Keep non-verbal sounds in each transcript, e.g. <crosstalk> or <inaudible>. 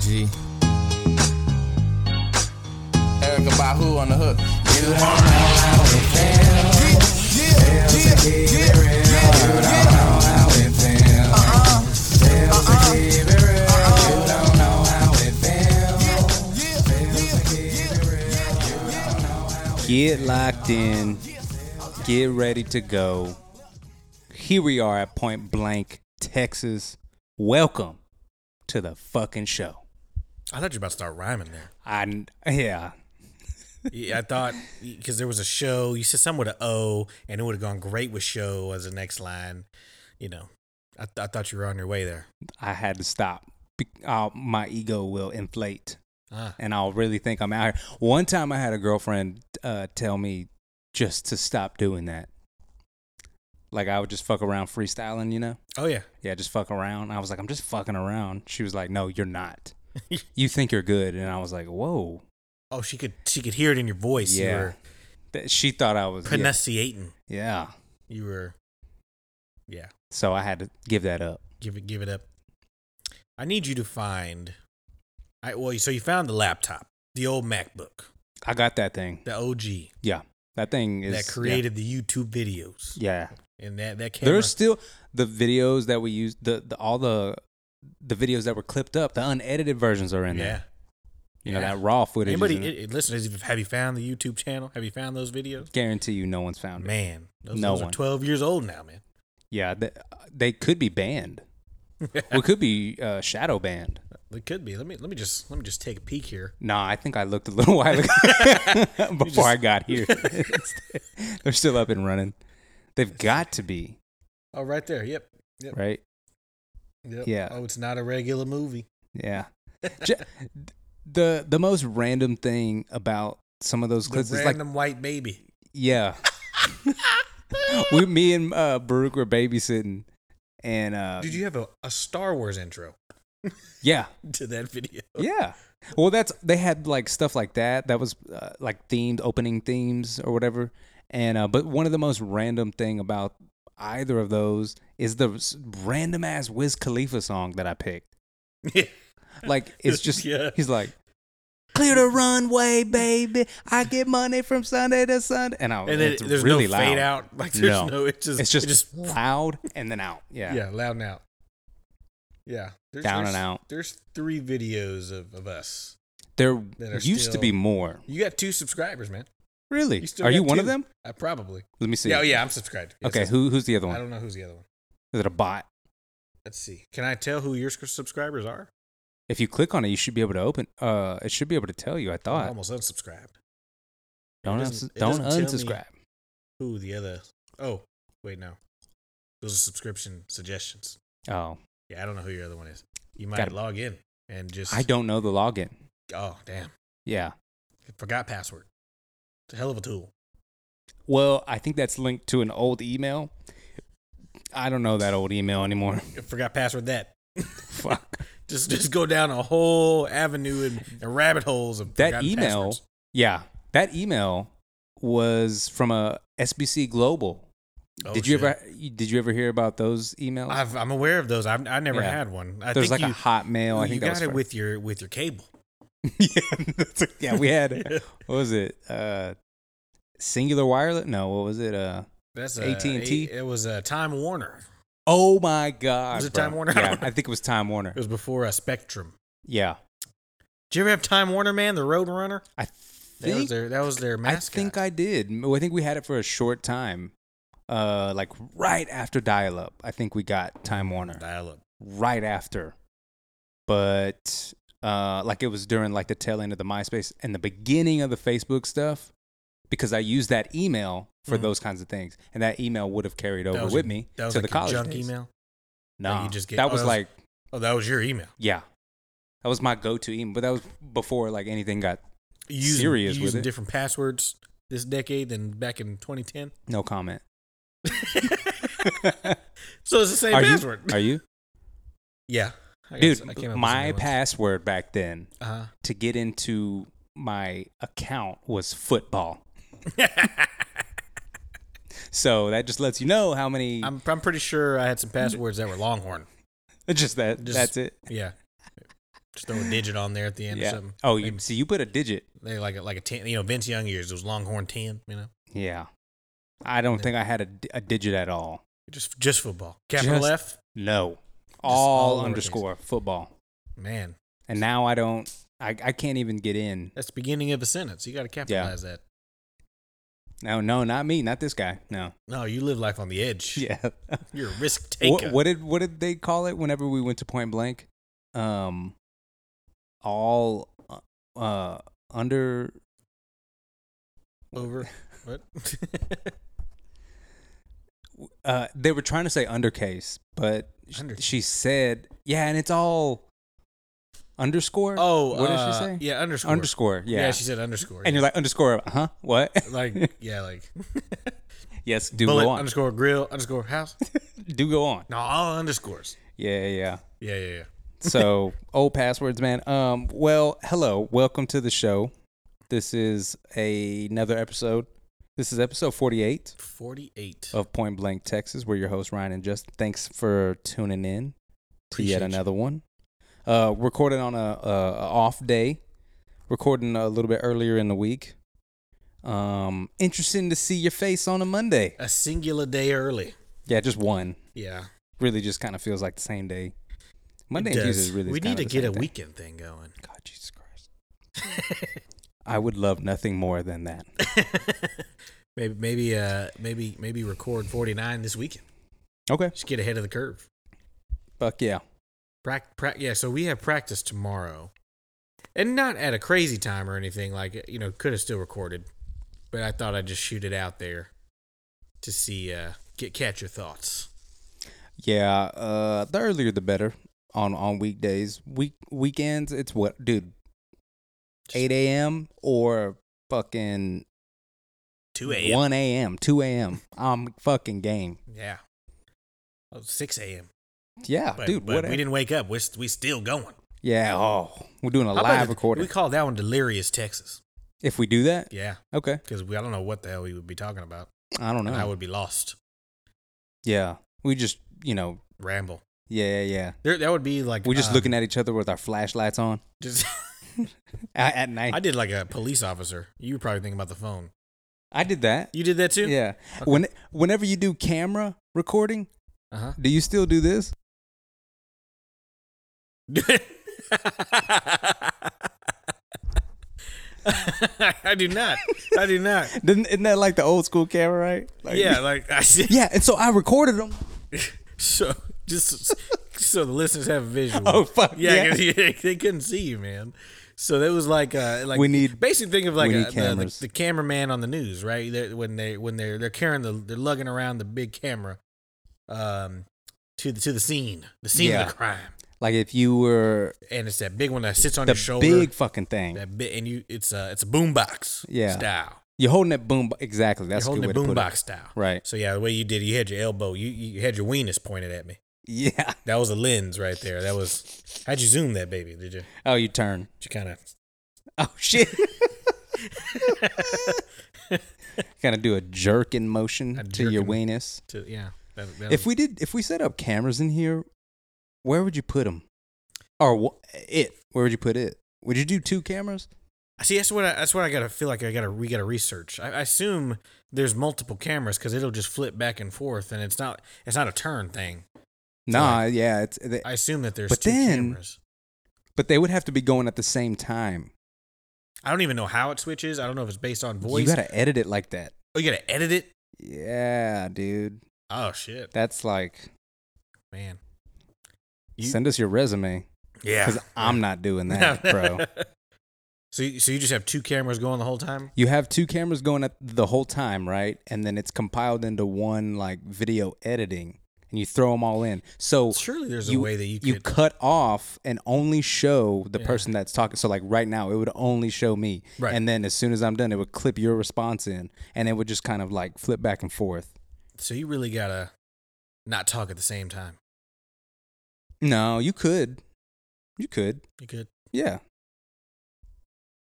G. Erica Bahu on the hook. Get locked in. Get ready to go. Here we are at Point Blank, Texas. Welcome to the fucking show. I thought you were about to start rhyming there. I yeah. Yeah, I thought because there was a show. You said something with an O, and it would have gone great with show as the next line. You know, I, th- I thought you were on your way there. I had to stop. Be- uh, my ego will inflate, Ah. and I'll really think I'm out here. One time, I had a girlfriend uh, tell me just to stop doing that. Like I would just fuck around freestyling, you know? Oh yeah, Yeah, just fuck around. I was like, I'm just fucking around. She was like, No, you're not. you think you're good, and I was like, Whoa. Oh, she could she could hear it in your voice. You Yeah. were That- She thought I was yeah, pronunciating. yeah. You were, yeah. So I had to give that up. Give it, give it up. I need you to find. I well, so you found the laptop, the old MacBook, I got that thing. the OG Yeah, that thing is that created the YouTube videos, Yeah, yeah. and that that camera. there's still the videos that we use. The, the all the the videos that were clipped up. The unedited versions are in yeah. there. You know Yeah. that raw footage. Anybody, Anybody, it, it, listeners, if- have you found the YouTube channel? Have you found those videos? guarantee you, no one's found it. Man, those, No those are one. 12 years old now, man. <laughs> Yeah, they, they could be banned. we could be uh, shadow banned. They could be. Let me let me just let me just take a peek here. Nah, I think I looked a little <laughs> <laughs> while ago before I got here. <laughs> They're still up and running. They've got to be Oh, right there. Yep. Yep. right. yep. Yeah. Oh, it's not a regular movie. <laughs> Yeah. Ju- the the most random thing about some of those The clips is like random white baby. yeah. <laughs> we me and uh Baruch were babysitting and uh Did you have a, a Star Wars intro <laughs> yeah. to that video? Yeah. Well, that's they had like stuff like that that was uh, like themed opening themes or whatever. And uh but one of the most random thing about either of those is the s- random ass Wiz Khalifa song that I picked. <laughs> Yeah. Like it's <laughs> just Yeah. he's like clear the runway, baby. I get money from Sunday to Sunday, and I and then it's there's really no loud. fade out. Like there's No. no, it's just It's just, it just loud and then out. <laughs> <laughs> Yeah, yeah. loud and out. Yeah. There's, Down there's- and out. There's three videos of, of us. there That are used to still- be more. You got two subscribers, man. Really? You still Are you got one of two. them? I probably. Let me see. Yeah, oh, yeah, I'm subscribed. Yes, Okay, yes. who who's the other I one? don't know who's the other one. Is it a bot? Let's see. Can I tell who your s- subscribers are? If you click on it, you should be able to open. Uh, it should be able to tell you. I I thought. almost unsubscribed. Don't doesn't- uns- Oh it don't doesn't tell me. unsubscribe. Who the other? Oh, wait, no. Those are subscription suggestions. Oh, Yeah, I don't know who your other one is. You might Gotta- log in and just. I don't know the login. Oh, damn. Yeah. Forgot password. It's a hell of a tool. Well, I think that's linked to an old email. I don't know that old email anymore. Forgot password that. Fuck. <laughs> Just just go down a whole avenue and, and rabbit holes of That forgotten email, passwords. yeah, that email was from a SBC Global. Oh, did you shit. ever you- did you ever hear about those emails? I've, I'm aware of those. I've I never Yeah. had one. I There's think like you, a Hotmail. I you think that got was it fir- with your with your cable. yeah, that's- <laughs> yeah, we had what was it? Uh, Singular Wireless? No, what was it? Uh, <laughs> That's a, AT&T? It was a Time Warner. oh my God! Was it bro. Time Warner? <laughs> I Yeah, don't know. I think it was Time Warner. It was before a Spectrum. Yeah, Did you ever have Time Warner, man? The Roadrunner. I That was think their that was their I mascot. think I did. Well, I think we had it for a short time, uh, like right after dial up. I think we got Time Warner. dial up. right after. But uh, like it was during like the tail end of the MySpace and the beginning of the Facebook stuff, because I used that email for Mhm. those kinds of things, and that email would have carried That over was with your- me That was to like the your college junk days. email. No, you just get- that oh, was that was- like Oh, that was your email. yeah, that was my go-to email, but that was before like anything got You using, Serious you with using it. different passwords this decade than back in <laughs> 2010. no comment. So it's the same are you? password. Are you, yeah, <laughs> I dude? guess I came up with my some new ones. password back then Uh-huh. to get into my account was football. Uh-huh. <laughs> so that just lets you know how many. I'm I'm pretty sure I had some passwords that were Longhorn. just that. Just- that's it. Yeah, Just throw a digit on there at the end or yeah. something. Oh, you see, you put a digit. They like a, like a ten. You know, Vince Young years. Those Longhorn ten. You know, Yeah. I don't think I had a, di- a digit at all. just just football. Capital Just- F. No. all All, lowercase. underscore football. Man, And now I don't. I, I can't even get in. that's the beginning of a sentence. You got to capitalize that. No, no, not me, not this guy. <laughs> No. No, you live life on the edge. Yeah. You're a risk taker. what, what did what did they call it whenever we went to Point Blank? Um, all uh under Over. What? <laughs> uh they were trying to say undercase, but sh- Undercase. she said yeah, and it's all underscore. oh, what did she uh, say? Yeah, underscore. Underscore. Yeah. Yeah. she said underscore. and you're like underscore. Huh? What? like, like, yeah, like <laughs> yes. Do bullet go on. underscore grill underscore house. do go on. No, all underscores. Yeah. Yeah. Yeah, yeah, yeah. <laughs> so old passwords man um well hello welcome to the show this is a, another episode this is episode 48 Forty-eight. of point blank texas we're your host ryan and just thanks for tuning in to Appreciate yet you. another one uh recording on a, a, a off day recording a little bit earlier in the week um interesting to see your face on a monday A singular day early. yeah just one Yeah. really just kind of feels like the same day monday It and does. tuesday is really we kinda need to the get same a thing. weekend thing going. <laughs> God, Jesus Christ. I would love nothing more than that. maybe maybe uh maybe maybe record 49 this weekend. Okay. Just get ahead of the curve. Fuck yeah. Prac, prac, yeah, so we have practice tomorrow. And not at a crazy time or anything like, you know, could have still recorded. But I thought I'd just shoot it out there to see uh get catch your thoughts. Yeah, uh the earlier the better on on weekdays. Week weekends, it's what dude. Eight AM or fucking 2 a.m. one AM, two AM. I'm fucking game. Yeah. Oh, 6 a.m. Yeah, But, Ah, dude, but whatever. we didn't wake up. We're, st- we still going. yeah, oh. We're doing a How about live it- recording. We call that one Delirious Texas. if we do that, Yeah. okay. Because I don't know what the hell we would be talking about. I don't know. And I would be lost. yeah. We just you know, Ramble. yeah, yeah, yeah. There, that would be like We're just uh, looking at each other with our flashlights on Just <laughs> at, at night. I did like a police officer. You were probably thinking about the phone. I did that. You did that too. Yeah. When whenever you do camera recording, Uh huh. do you still do this? <laughs> I do not. I do not. Didn't, isn't that like the old school camera, right? Like, Yeah, like I said. <laughs> Yeah, and so I recorded them. So just so the listeners have a visual. Oh, fuck, Yeah, yeah. 'cause you- they couldn't see you, man. So that was like uh like We need- basically think of like we need a, the, the, cameras. the cameraman on the news, right? they when they when they're they're carrying the they're lugging around the big camera, um, to the to the scene, the scene of Yeah. the crime, Like if you were and it's that big one that sits on the your shoulder, big fucking thing, that bit, and you it's a it's a boombox Yeah. style. you're holding that boom. Exactly. That's You're a holding good the way to put boombox it. style, Right. So yeah, the way you did, it, you had your elbow, you you had your weenus pointed at me. Yeah. <laughs> That was a lens right there. That was. How'd you zoom that baby? Did you? Did Oh, you turn. you kind of? Oh <laughs> shit. kind of do a jerking motion A to your jerking. weenus. To, yeah. That, that If was- we did, if we set up cameras in here, where would you put them? Or wh- it? Where would you put it? Would you do two cameras? see, that's what I, that's what I gotta feel like. I gotta we gotta research. I, I assume there's multiple cameras because it'll just flip back and forth, and it's not it's not a turn thing. Nah, yeah, it's they, I assume that there's But two then- cameras. but they would have to be going at the same time. I don't even know how it switches. I don't know if it's based on voice. You gotta edit it like that. oh, you gotta edit it. Yeah, dude, Oh shit, that's like man. You- send us your resume Yeah, because I'm not doing <laughs> that, bro. so you- so you just have two cameras going the whole time. You have two cameras going at the whole time, right? And then it's compiled into one like video editing, and you throw them all in. So Surely there's a you- way that you could. you cut off and only show the Yeah. person that's talking. So like right now, it would only show me, Right. and then as soon as I'm done, it would clip your response in, and it would just kind of like flip back and forth. so you really gotta not talk at the same time. No, you could, you could, You could. yeah.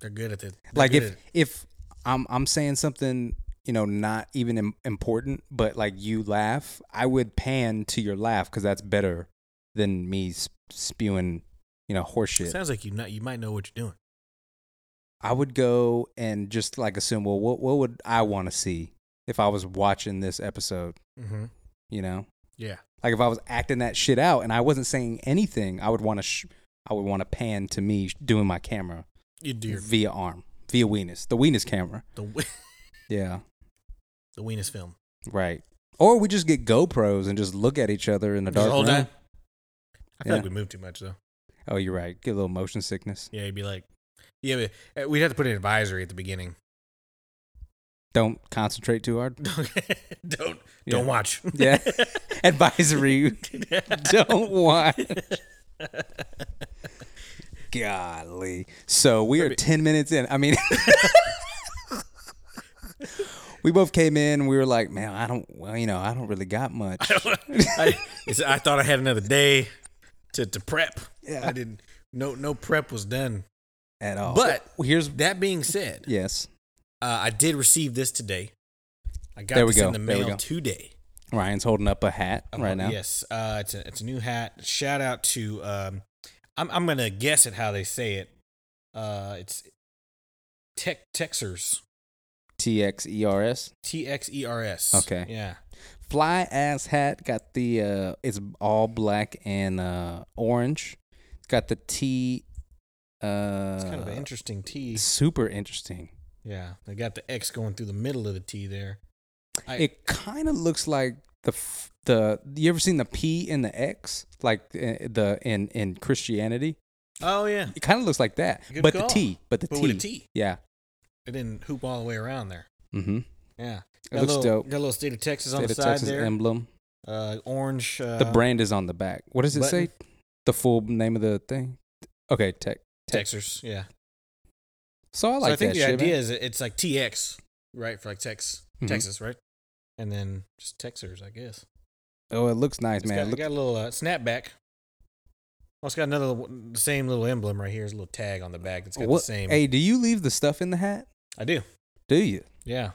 They're good at it. They're Like good if at- if I'm I'm saying something you know not even Im- important, but like you laugh, I would pan to your laugh because that's better than me s- spewing you know, horseshit. Sounds like you not you might know what you're doing. I would go and just like assume, well, what what would I want to see if I was watching this episode? Mm-hmm. You know, Yeah. like if I was acting that shit out and I wasn't saying anything, I would want to, sh- I would want to pan to me sh- doing my camera You do your, via arm, via weenus, the weenus camera. the we- Yeah, <laughs> the weenus film. right. Or we just get GoPros and just look at each other in the Just dark hold room. on. I feel Yeah. like we move too much though. Oh, you're right. Get a little motion sickness. Yeah, you'd be like, yeah, but uh, we'd have to put an advisory at the beginning. <laughs> Don't concentrate too hard. don't don't Yeah. watch. <laughs> Yeah. <laughs> Advisory. <laughs> Don't watch. Golly. So we are 10 minutes in. I mean, <laughs> we both came in. We were like, man, I don't, well, you know, I don't really got <laughs> much. I, it's- I thought I had another day to, to prep. Yeah. I didn't. No no prep was done. <laughs> At all. But- here's, That being said, yes. uh, I did receive this today. I got There we this go. in the There we mail go. today. Ryan's holding up a hat Um, right now. Yes, uh, it's a it's a new hat. Shout out to um, I'm I'm gonna guess at how they say it. Uh, it's Tech Texers T X E R S. T X E R S. Okay. Yeah. Fly ass hat. Got the, uh, it's all black and uh, orange. It's got the T. Uh, It's kind of an interesting T. super interesting. Yeah, they got the X going through the middle of the T there. I- it kind of looks like the f- the you ever seen the P and the X like uh, the in in Christianity? Oh yeah, It kind of looks like that, Good but call. the T, but the but T, with a T, yeah. it didn't hoop all the way around there. Mm-hmm. Yeah, It looks little, dope. Got a little state of Texas on State the of side Texas there. emblem. uh, orange. Uh, The brand is on the back. What does it button. say? The full name of the thing. Okay, tech. Texers. Yeah. So I So like I think that the shit. idea man. is it- it's like TX, right? For like Tex, Mhm. Texas, right? And then just Texers, I guess. Oh, it looks nice, It's man. got, It it look- got a little uh, snapback. Oh, it's got another little- the same little emblem right here. It's a little tag on the back. It's got what- the same. Hey, do you leave the stuff in the hat? I do. Do you? Yeah.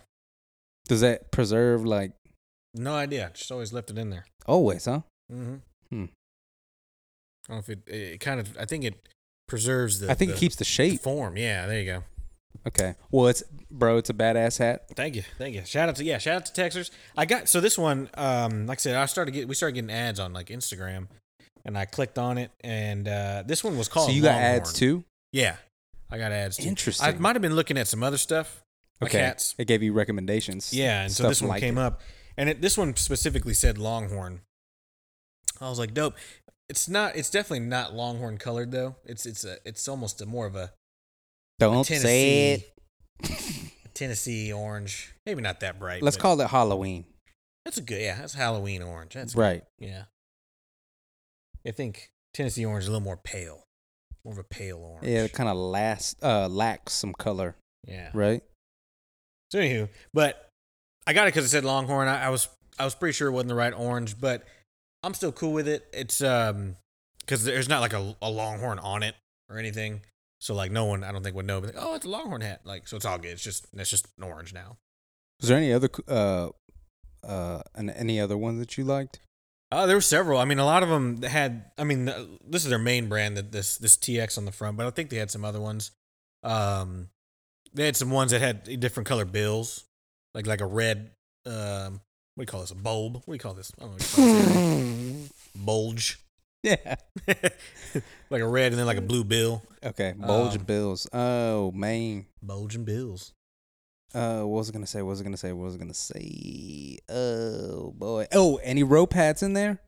Does that preserve like No idea. Just always left it in there. always? Huh? Mm-hmm. Hmm. I don't know if it, it it kind of. I think it preserves the. I think the- it keeps the the shape. form. Yeah. There you go. Okay. Well, it's bro. It's a badass hat. Thank you, thank you. Shout out to yeah, shout out to Texers. I got so this one, um, like I said, I started get we started getting ads on like Instagram, and I clicked on it, and uh, this one was called. So you got Longhorn. ads too? Yeah, I got ads. Too. Interesting. I might have been looking at some other stuff. Like okay. hats. It gave you recommendations. Yeah, and so stuff this one like came it. up, and it, this one specifically said Longhorn. I was like, dope. It's not. It's definitely not Longhorn colored though. It's it's a it's almost a more of a Don't say Tennessee it. <laughs> Tennessee orange. Maybe not that bright. Let's but call it Halloween. that's a good. Yeah, that's Halloween orange. That's right. Yeah. I think Tennessee orange is a little more pale. More of a pale orange. Yeah, it kind of last uh lacks some color, Yeah. right? So anywho, but I got it because it said Longhorn. I, I was I was pretty sure it wasn't the right orange, but I'm still cool with it. It's um because there's not like a, a Longhorn on it or anything. So like no one I don't think would know. But like, oh, it's a Longhorn hat. Like so it's all good. It's just it's just an orange now. Was there any other c- uh uh an, any other ones that you liked? Uh, there were several. I mean, a lot of them had. I mean, th- this is their main brand that this this TX on the front, but I think they had some other ones. Um, they had some ones that had different color bills, like like a red. Um, what do you call this? A bulb? What do you call this? I don't know. What you call <laughs> this. Bulge, <laughs> yeah. like a red, and then like a blue bill. Okay. Bulge Um, bills. Oh man. Bulging bills. Uh, what was I gonna say? What was I gonna say? What was I gonna say? Oh boy. Oh, any rope hats in there?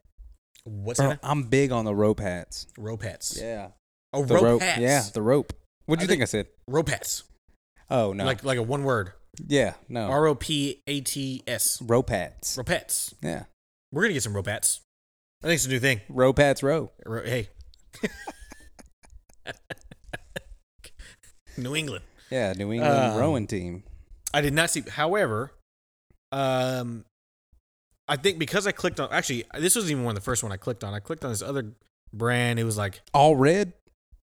What's Bro, that? I'm big on the rope hats. Rope hats. Yeah. Oh, The rope, rope. hats. Yeah, the rope. What do I you think- think I said? rope hats. Oh no. Oh. Like like a one word. yeah, no. R O P A T S. rope hats. Rope hats. yeah. We're gonna get some rope hats. I think it's a new thing. Rope hats row. Ro- Hey. New England. Yeah, New England Um, rowing team. I did not see. However, um, I think because I clicked on actually this wasn't even one of the first one I clicked on. I clicked on this other brand. It was like All red?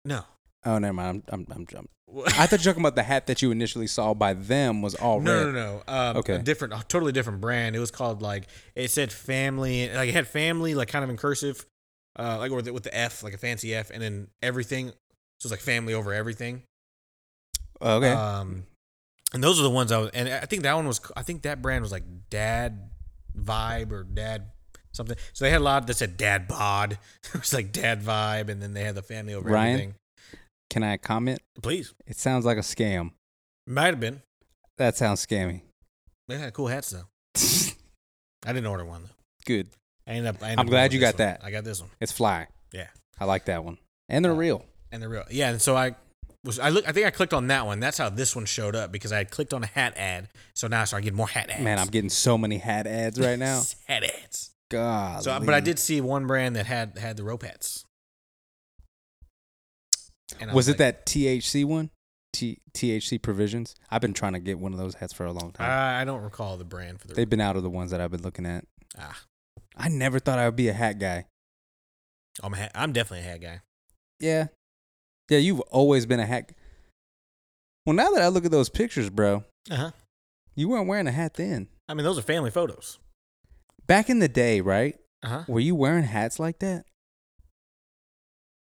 no. Oh, never mind. I'm, I'm, I'm jumped. no, <laughs> I thought you were talking about the hat that you initially saw by them was all no, red. no, Um, Okay. a different, a totally different brand. It was called like it said family. Like it had family, like kind of in cursive, uh, like or the, with the F, like a fancy F, and then everything. So it's like family over everything. Okay. Um, and those are the ones I was, and I think that one was, I think that brand was like Dad Vibe or Dad something. So they had a lot that said Dad Bod. <laughs> it was like Dad Vibe, and then they had the family over Ryan? everything. Can I comment? Please, It sounds like a scam. might have been. That sounds scammy. <laughs> They had cool hats though. I didn't order one though. Good. I ended up. I I'm glad you got that. that. I got this one, It's fly. Yeah. I like that one. And they're Uh, real. and the real. Yeah, and so I was. I look. I think I clicked on that one. That's how this one showed up because I had clicked on a hat ad. So now I started getting more hat ads. Man, I'm getting so many hat ads right <laughs> now. hat ads. God. So, but I did see one brand that had had the rope hats. And I Was it like, that THC one? T- THC provisions. I've been trying to get one of those hats for a long time. I, I don't recall the brand for the. They've been out of the ones that I've been looking at. ah, I never thought I would be a hat guy. I'm a hat, I'm definitely a hat guy. Yeah. Yeah, you've always been a hat. g- Well, now that I look at those pictures, bro, Uh huh. you weren't wearing a hat then. I mean, those are family photos. Back in the day, right? Uh huh. Were you wearing hats like that?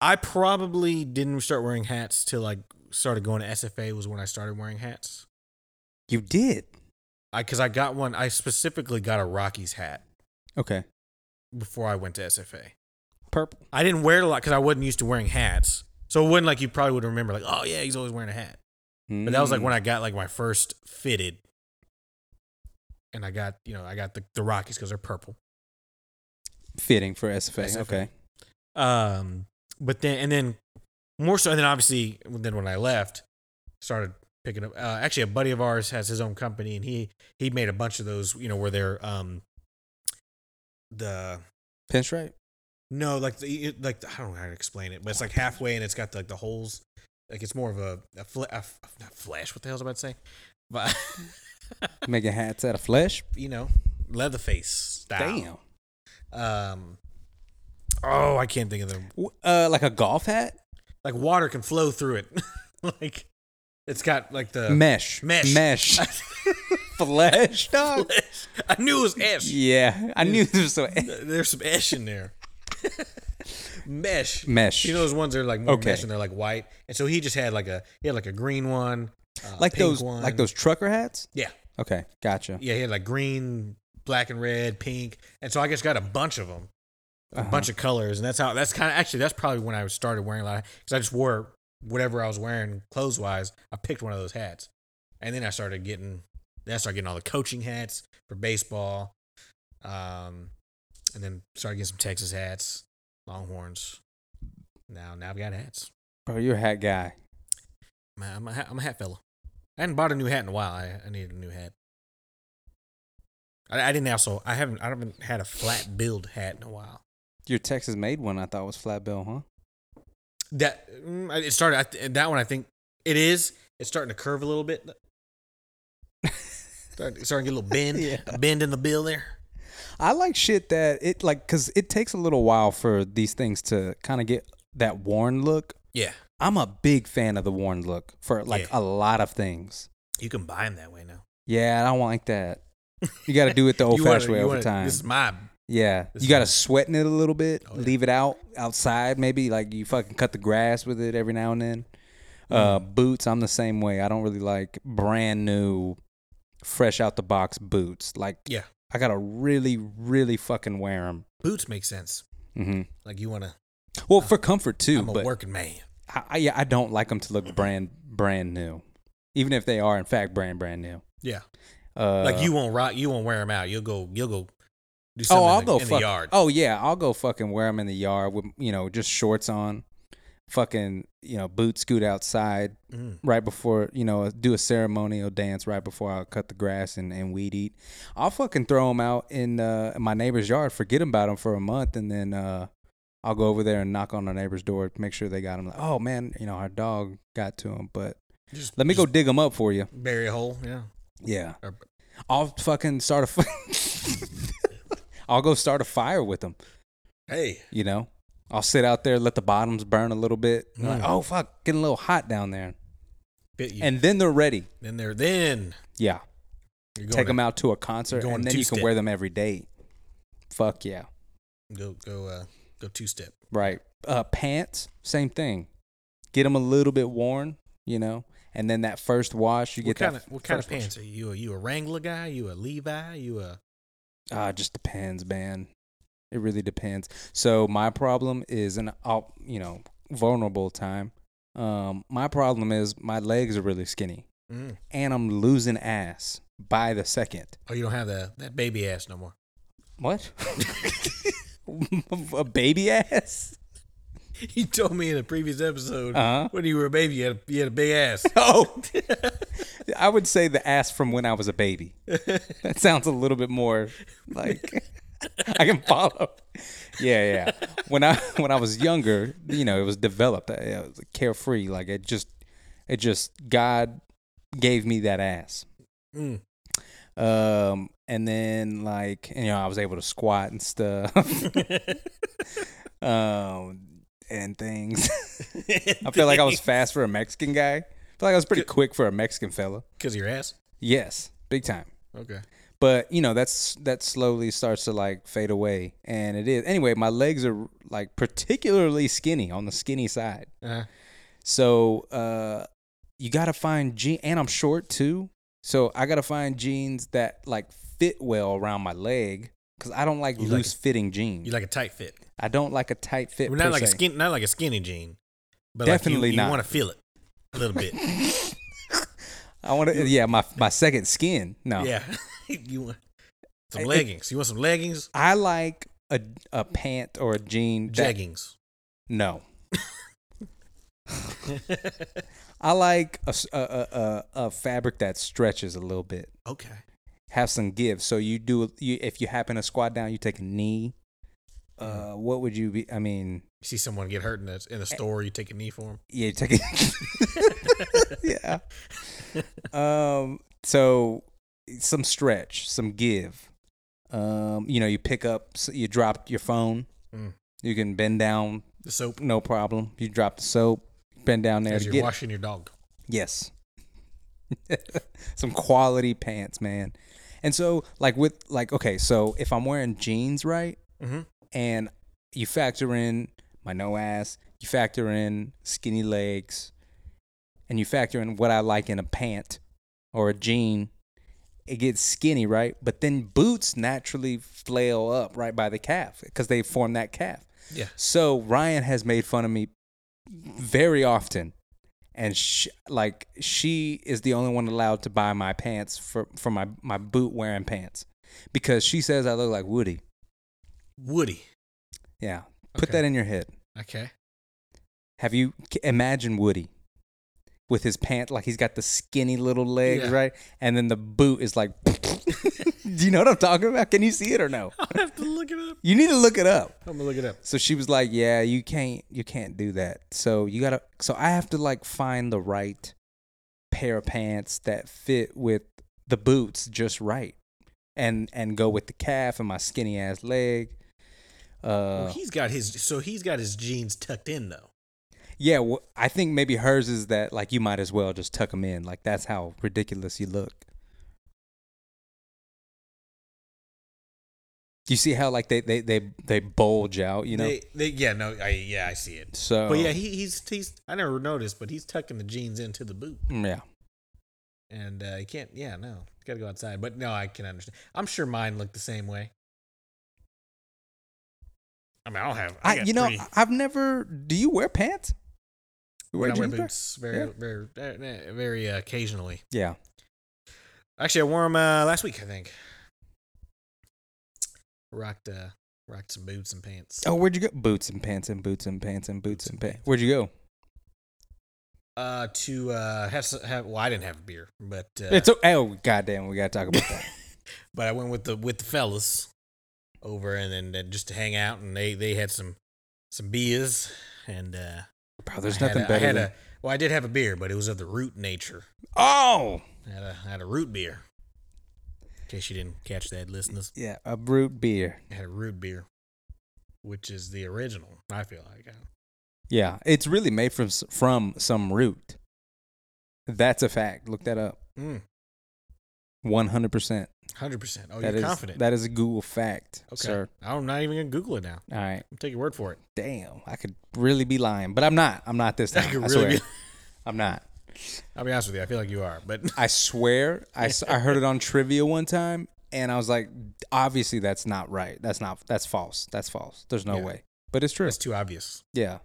I probably didn't start wearing hats till I started going to SFA. Was when I started wearing hats. You did. I because I got one. I specifically got a Rockies hat Okay. before I went to SFA. Purple. I didn't wear it a lot because I wasn't used to wearing hats. So it wasn't like you probably would remember like, oh yeah, he's always wearing a hat. But that was like Mm. when I got like my first fitted, and I got you know I got the, the Rockies because they're purple. Mm, fitting for SFA. SFA. Okay. Um, but then and then more so, and then obviously then when I left, started picking up. Uh, actually, a buddy of ours has his own company, and he he made a bunch of those. You know where they're um the Pinstripe. no like the it- like I don't know how to explain it, but it's like halfway and it's got like the holes. Like it's more of a a, fle- a f- not flesh. What the hell was I about to say? But <laughs> Making hats out of flesh. you know, Leatherface style. Damn. Um, oh, I can't think of them. W- Uh, like a golf hat. Like water can flow through it. <laughs> like it's got like the mesh. Uh, mesh. <laughs> Mesh. flesh. Dog. I knew it was ash. Yeah, I knew this <laughs> was so. There's some ash in there. <laughs> mesh. Mesh. You know those ones that are like more Okay. mesh and they're like white. And so he just had like a he had like a green one, uh, like pink those, one. like those trucker hats. Yeah, Okay, gotcha. yeah. He had like green, black and red, pink, and so I just got a bunch of them. a Uh-huh. bunch of colors, and that's how that's kind of actually that's probably when I started wearing a lot because I just wore whatever I was wearing clothes wise. I picked one of those hats, and then I started getting then I started getting all the coaching hats for baseball, um, and then started getting some Texas hats, Longhorns. Now now I've got hats. Bro, you're a hat guy. Man, I'm a hat, I'm a hat fella. I hadn't bought a new hat in a while. I, I needed a new hat. I, I didn't also I haven't I haven't had a flat billed hat in a while. Your Texas made one I thought was flat bill, huh? That mm, I- it started. I th- that one, I think it is. It's starting to curve a little bit. starting, it's starting to get a little bend, <laughs> Yeah. a bend in the bill there. I like shit that it like cuz it takes a little while for these things to kind of get that worn look. Yeah, I'm a big fan of the worn look for like Yeah. a lot of things. you can buy them that way now. Yeah, I don't like that. You got to do it the <laughs> old You wanna- fashioned way you over wanna- time. This is my yeah. this You is got to my- sweat in it a little bit, Oh, yeah. leave it out outside maybe like you fucking cut the grass with it every now and then. Uh Mm. boots, I'm the same way. I don't really like brand new fresh out the box boots. Like Yeah. I got to really really fucking wear them. boots make sense. Mhm. Like you want to. Well, for comfort too, I'm a but working man. I, I, yeah, I don't like them to look brand brand new, even if they are in fact brand brand new. Yeah, Uh, like you won't rock. You won't wear them out. You'll go. You'll go. Do something Oh, I'll in, the, go in fuck- the yard. Oh yeah, I'll go fucking wear them in the yard with you know just shorts on, fucking you know boot scoot outside Mm. right before you know do a ceremonial dance right before I cut the grass and, and weed eat. I'll fucking throw them out in uh, my neighbor's yard, forget about them for a month, and then uh, I'll go over there and knock on the neighbor's door, make sure they got them. Like, oh man, you know our dog got to them, but Just let me go just dig them up for you. bury a hole. Yeah. Yeah. Or- I'll fucking start a. F- <laughs> I'll go start a fire with them. Hey. You know, I'll sit out there, let the bottoms burn a little bit. I'm Like, Mm. oh fuck, getting a little hot down there, Bit you. And and then they're ready. then there. Then Yeah, you're take them to- out to a concert, going and then you can two-step. wear them every day. Fuck yeah, Go go uh, go two step. Right. Uh, pants, same thing. Get them a little bit worn, you know, and then that first wash, you What get kind that. of what kind of first wash. pants are you? Are you a Wrangler guy? You a Levi? You a Ah, it just depends, man. It really depends. So my problem is an out, you know, vulnerable time. Um, my problem is my legs are really skinny, mm. and I'm losing ass by the second. oh you don't have that that baby ass no more. <laughs> What? <laughs> a baby ass? You told me in a previous episode Uh-huh. when you were a baby you had a, you had a big ass. Oh, <laughs> I would say the ass from when I was a baby. That sounds a little bit more like <laughs> I can follow. Yeah, yeah. When I when I was younger, you know, it was developed. I, I was carefree. Like it just, it just God gave me that ass. Mm. <laughs> Um, and then like you know, I was able to squat and stuff. <laughs> um, and things. <laughs> I feel like I was fast for a Mexican guy. I feel like I was pretty quick for a Mexican fella. Cause of your ass. Yes, big time. Okay. But you know, that's that slowly starts to like fade away, and it is anyway. My legs are like particularly skinny on the skinny side, Uh-huh. so uh, you gotta find jeans, and I'm short too, so I gotta find jeans that like fit well around my leg because I don't like You like loose fitting jeans. You like a tight fit. I don't like a tight fit. Well, not per like a se. skin, not like a skinny jean, but like Definitely you, not. you want to feel it a little bit. I want to. Yeah, my my second skin. No. Yeah, <laughs> you want some Oh. It- leggings. You want some leggings, I like a a pant or a jean. that- jeggings. no. I like a, s- a- a- a- a fabric that stretches a little bit, Okay, have some give. So you do you if you happen to squat down, you take a knee. Uh, what would you be? I mean, you see someone get hurt in the in the store, you take a knee for them. yeah, you <laughs> take a yeah. Um, so some stretch, some give. Um, you know, you pick up, s- you drop your phone. Mm. You can bend down, The soap no problem. You drop the soap, bend down there as to you're get. washing your dog. Yes. <laughs> Some quality pants, man. And so, like, with, like, okay, so if I'm wearing jeans, right? <laughs> Mhm. And you factor in my no ass, you factor in skinny legs, and you factor in what I like in a pant or a jean, it gets skinny, right? But then boots naturally flail up right by the calf because they form that calf. Yeah, So Ryan has made fun of me very often, and sh like she is the only one allowed to buy my pants for for my my boot wearing pants because she says I look like Woody. Woody. Yeah, put Okay. that in your head. Okay, <laughs> Have you c- imagine Woody with his pant like he's got the skinny little legs, Yeah. right? And then the boot is like. <laughs> Do you know what I'm talking about? Can you see it or no? I'll have to look it up. You need to look it up. I'm gonna look it up. So she was like, "Yeah, you can't, you can't do that. So you gotta. So I have to like find the right pair of pants that fit with the boots just right, and and go with the calf and my skinny ass leg. Well, Uh, he's got his so he's got his jeans tucked in though. yeah. Well, I think maybe hers is that like you might as well just tuck them in. Like that's how ridiculous you look. You see how like they they they they bulge out, you know. Oh. They- they- yeah, no, I yeah, I see it. so But yeah, he, he's he's I never noticed, but he's tucking the jeans into the boot. mm, yeah. and uh, you can't. Yeah, no, you gotta go outside. But no, I can understand. I'm sure mine look the same way. I mean, I'll have. I, I, got you know, pretty- I- I've never. Do you wear pants? You when I wear jeans, bro? boots very, very, very, uh, very uh, occasionally. Yeah. Actually, I wore them uh, last week. I think rocked, uh, rocked some boots and pants. Oh, where'd you go? Boots and pants and boots and pants and boots and pants. Where'd you go? Uh, to uh, have, some, have. Well, I didn't have a beer, but uh, It's o- oh goddamn, we gotta talk about <laughs> that. but I went with the with the fellas over and then then just to hang out, and they they had some some beers and. uh Bro, there's I had nothing a- better. I had than- a well, I did have a beer, but it was of the root nature. oh I had a, I had a root beer. In case you didn't catch that, listeners, yeah, a brute beer. I had a root beer, which is the original. I feel like Yeah, it's really made from s- from some root. That's a fact. Look that up. mm. One hundred percent. Hundred percent. Oh, That you're is- confident. That is a Google fact, okay. sir. I'm not even gonna Google it now. All right. I'll take your word for it. Damn, I could really be lying, but I'm not. I'm <laughs> not this time. <laughs> I, could really swear. be- I'm not. I'll be honest with you. I feel like you are, but <laughs> I swear. I, s- I heard it on trivia one time, and I was like, obviously that's not right. That's not. That's false. That's false. There's no Yeah. way. But it's true. it's too obvious. Yeah.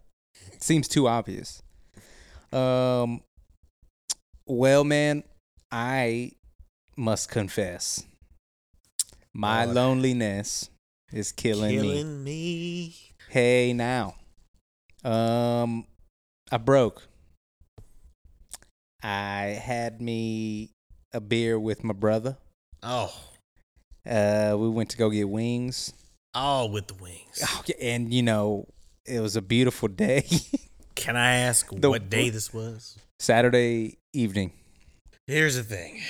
Seems too obvious. Um well man, I must confess. My Lord. loneliness is killing, me. Killing me. Hey now. Um I broke. I had me a beer with my brother. Oh, Uh we went to go get wings. all with the wings. Oh, yeah, And you know, it was a beautiful day. <laughs> Can I ask The- what day this was? Saturday evening. Here's the thing.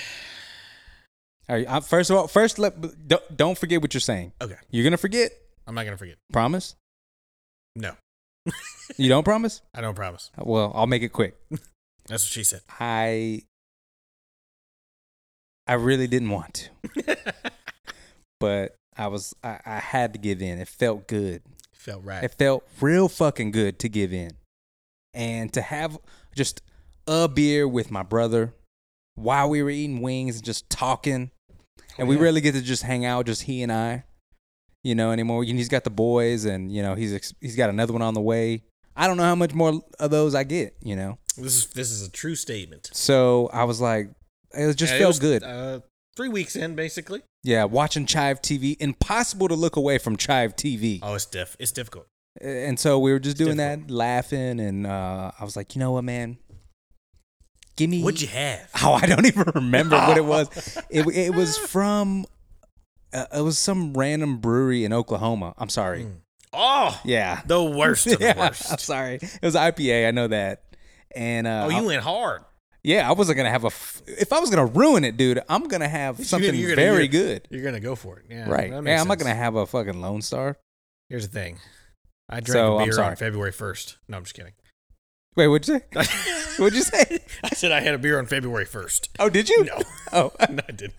All right, I, uh, first of all, first let don't, don't forget what you're saying. Okay, You're gonna forget. I'm not gonna forget. Promise? No, You don't promise? I don't promise. Well, I'll make it quick. That's what she said. I I really didn't want to, but I was I, I had to give in. It felt good. Felt right. It felt real fucking good to give in, and to have just a beer with my brother while we were eating wings and just talking. and we Yeah. rarely get to just hang out, just he and I, you know, anymore. And he's got the boys, and you know, he's ex- he's got another one on the way. I don't know how much more of those I get, you know. This is this is a true statement. So I was like, it was- just Yeah, it felt was, good. Uh, three weeks in, basically. yeah, watching Chive TV, impossible to look away from Chive TV. Oh, it's diff. It's difficult. And so we were just doing difficult. that, laughing, and uh, I was like, you know what, man, give me <laughs> What'd you have? Oh, I don't even remember what <laughs> it was. It it was from uh, it was some random brewery in Oklahoma. I'm sorry. Oh, Yeah. the worst <laughs> of the yeah, I'm worst. sorry. It was IPA. I know that. And uh, Oh, you I- went hard. yeah, I wasn't gonna have a. F- if I was gonna ruin it, dude, I'm gonna have something you're gonna- very you're- good. You're gonna go for it. Yeah, Right? that Yeah, makes I'm not sense. gonna have a fucking Lone Star. Here's the thing. I drank So, a I'm beer sorry. on February 1st. No, I'm just kidding. Wait, what'd you <laughs> say? I <laughs> What'd you say? said <laughs> I had a beer on February 1st. Oh, did you? <laughs> No, Oh, no, I didn't.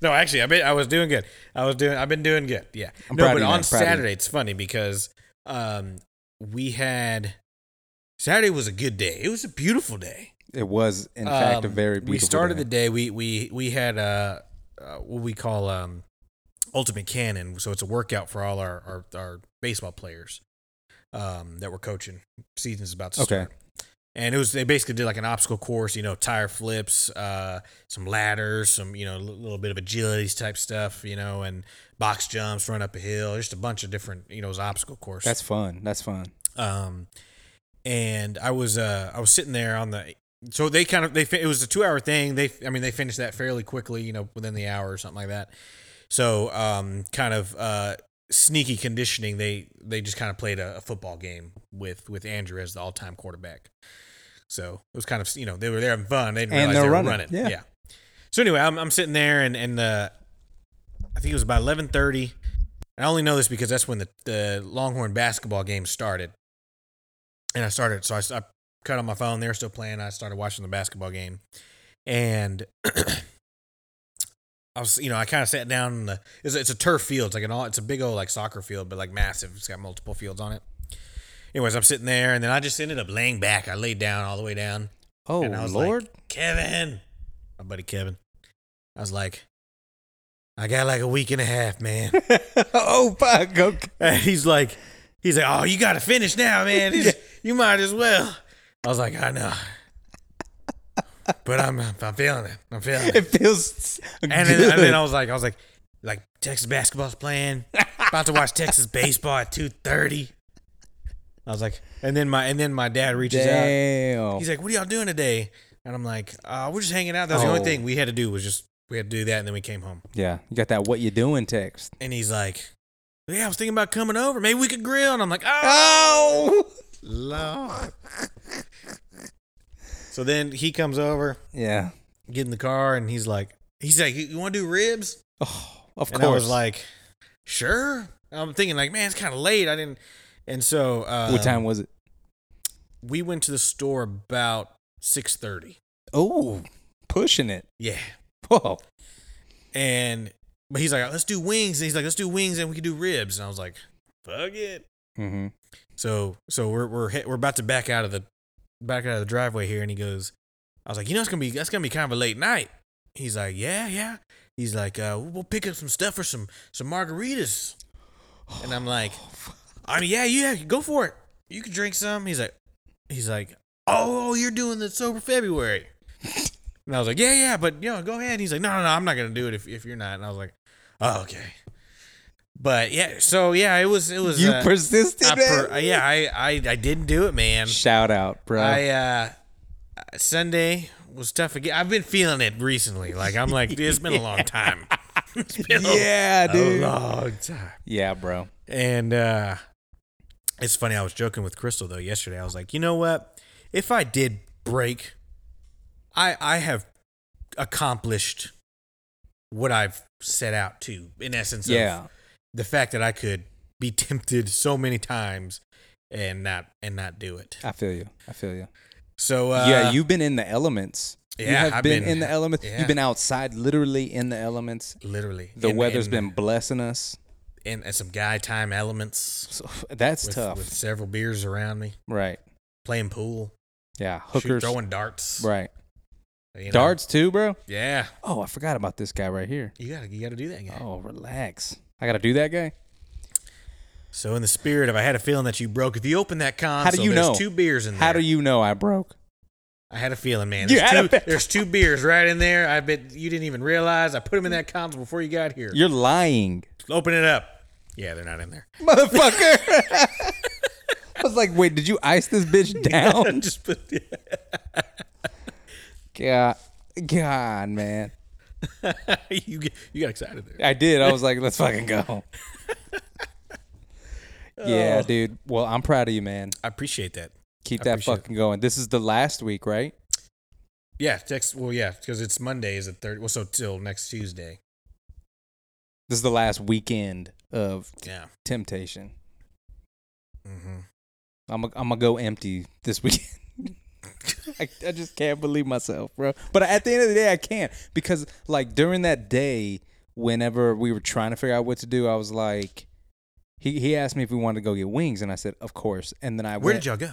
No, actually, I been, I was doing good. I was doing. I've been doing good. Yeah. I'm no, proud of but you, man. on Proud of you. Saturday it's funny because um we had Saturday was a good day. It was a beautiful day. it was in fact a Um, very beautiful. We started day. the day. We we we had uh, uh what we call um ultimate cannon. So it's a workout for all our our, our baseball players um that we're coaching. Season's about to Okay. start. And it was they basically did like an obstacle course, you know, tire flips, uh, some ladders, some you know, a little bit of agilities type stuff, you know, and box jumps, run up a hill, just a bunch of different, you know, it was an obstacle course. That's fun. That's fun. Um, and I was uh I was sitting there on the so they kind of they fi- it was a two hour thing. They I mean they finished that fairly quickly, you know, within the hour or something like that. So um, kind of uh sneaky conditioning. They they just kind of played a, a football game with with Andrew as the all time quarterback. So it was kind of you know they were there having fun. They didn't And realize they're they were running, running. yeah. yeah. So anyway, I'm I'm sitting there and and uh, I think it was about eleven thirty. I only know this because that's when the, the Longhorn basketball game started. And I started, so I, s- I cut on my phone. They were still playing. I started watching the basketball game. And <clears throat> I was, you know, I kind of sat down. In the, it's, a- it's a turf field. It's like an all, it's a big old like soccer field, but like massive. It's got multiple fields on it. Anyways, I'm sitting there and then I just ended up laying back. I laid down all the way down. Oh and I was Lord, like, Kevin, my buddy Kevin. I was like, I got like a week and a half, <laughs> man. <laughs> oh fuck. Okay. And he's like, he's like, oh, you got to finish now, man. It's- You might as well. I was like, I know, but I'm, I'm feeling it. I'm feeling it. It feels And then, and then I was like, I was like, like Texas basketball's playing. About to watch Texas baseball at two thirty. I was like, and then my and then my dad reaches out. Damn. He's like, what are y'all doing today? And I'm like, uh, we're just hanging out. That was the Oh. only thing we had to do was just we had to do that, and then we came home. Yeah, you got that "What you doing?" text. And he's like, yeah, I was thinking about coming over. Maybe we could grill. And I'm like, ah. Oh, Lord. so then he comes over, yeah. get in the car, and he's like, he's like, you want to do ribs? Oh, of and course. I was like, sure. I'm thinking like, man, it's kind of late. I didn't. And so, uh, what time was it? we went to the store about six thirty. Oh, pushing it. Yeah. Whoa. And But he's like, let's do wings. And he's like, let's do wings and we can do ribs. And I was like, fuck it. Mm-hmm. So so we're we're hit, we're about to back out of the back out of the driveway here, and he goes, I was like, you know, it's gonna be that's gonna be kind of a late night. He's like, yeah, yeah. He's like, uh, we'll pick up some stuff for some some margaritas. And I'm like, I mean, yeah, yeah, go for it. You can drink some. He's like, he's like, oh, you're doing the sober February. And I was like, yeah, yeah, but you know, go ahead. He's like, no, no, no, I'm not gonna do it if if you're not. And I was like, oh, okay. But yeah, so yeah, it was it was You uh, persisted, I man. per- yeah, I, I I didn't do it, man. Shout out, bro. I uh Sunday was tough again. I've been feeling it recently. Like I'm like, dude, it's been a <laughs> long time. it's been a- yeah, a, dude. long time. Yeah, bro. And uh it's funny. I was joking with Crystal though yesterday. I was like, you know what? If I did break, I I have accomplished what I've set out to. In essence, of Yeah. the fact that I could be <laughs> tempted so many times and not and not do it. I feel you. I feel you. So uh, yeah, you've been in the elements. you yeah, have I've been, been- in the elements. yeah. You've been outside, literally in the elements. literally The in- weather's in- been blessing us. in, and some guy time elements So, <laughs> that's with, tough, with several beers around me, right? playing pool, Yeah, shoot- hookers, throwing darts, right? you know. Darts too, bro. Yeah, Oh, I forgot about this guy right here. you gotta you gotta do that. Guy. Oh, relax. I gotta do that guy. So in the spirit of, I had a feeling that you broke. If you open that console, How do you there's know? two beers in there. How do you know I broke? I had a feeling, man. You There's, had a two, fe- there's two beers right in there. I bet you didn't even realize. I put them in that console before you got here. You're lying, open it up. Yeah, they're not in there. motherfucker. <laughs> I was like, wait, did you ice <laughs> this bitch down? Just put, <laughs> God, God, man. you get, you got excited there. I did. I was like, let's fucking go. yeah, dude. Well, I'm proud of you, man. I appreciate that. Keep Oh. I that appreciate it. fucking going. This is the last week, right? Yeah, text. Well, yeah, because it's Monday is the third. Well, so till next Tuesday. This is the last weekend of Yeah. temptation. Mm-hmm. I'm i I'm gonna go empty this <laughs> weekend. I, I just can't believe myself, bro. But at the end of the day, I can't because like during that day, whenever we were trying to figure out what to do, I was like, he he asked me if we wanted to go get wings, and I said, of course. And then I Where went did y'all go?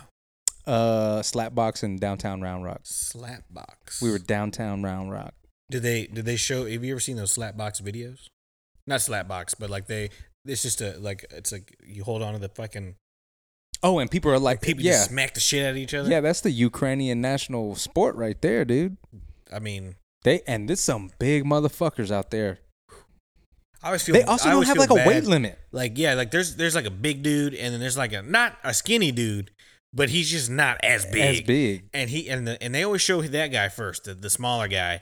uh Slapbox in downtown Round Rock. Slapbox. We were downtown Round Rock. Did they? Did they show? Have you ever seen those Slapbox videos? Not Slapbox, but like they. It's just a like. It's like you hold on to the fucking. Oh, and people are like, People yeah, just smack the shit out of each other. yeah, that's the Ukrainian national sport right there, dude. I mean, They and there's some big motherfuckers out there. I always feel. They I also don't always have feel like a weight bad. limit. Like yeah, like there's there's like a big dude, and then there's like a not a skinny dude, but he's just not as big. As big. and he and the, and they always show that guy first, the, the smaller guy,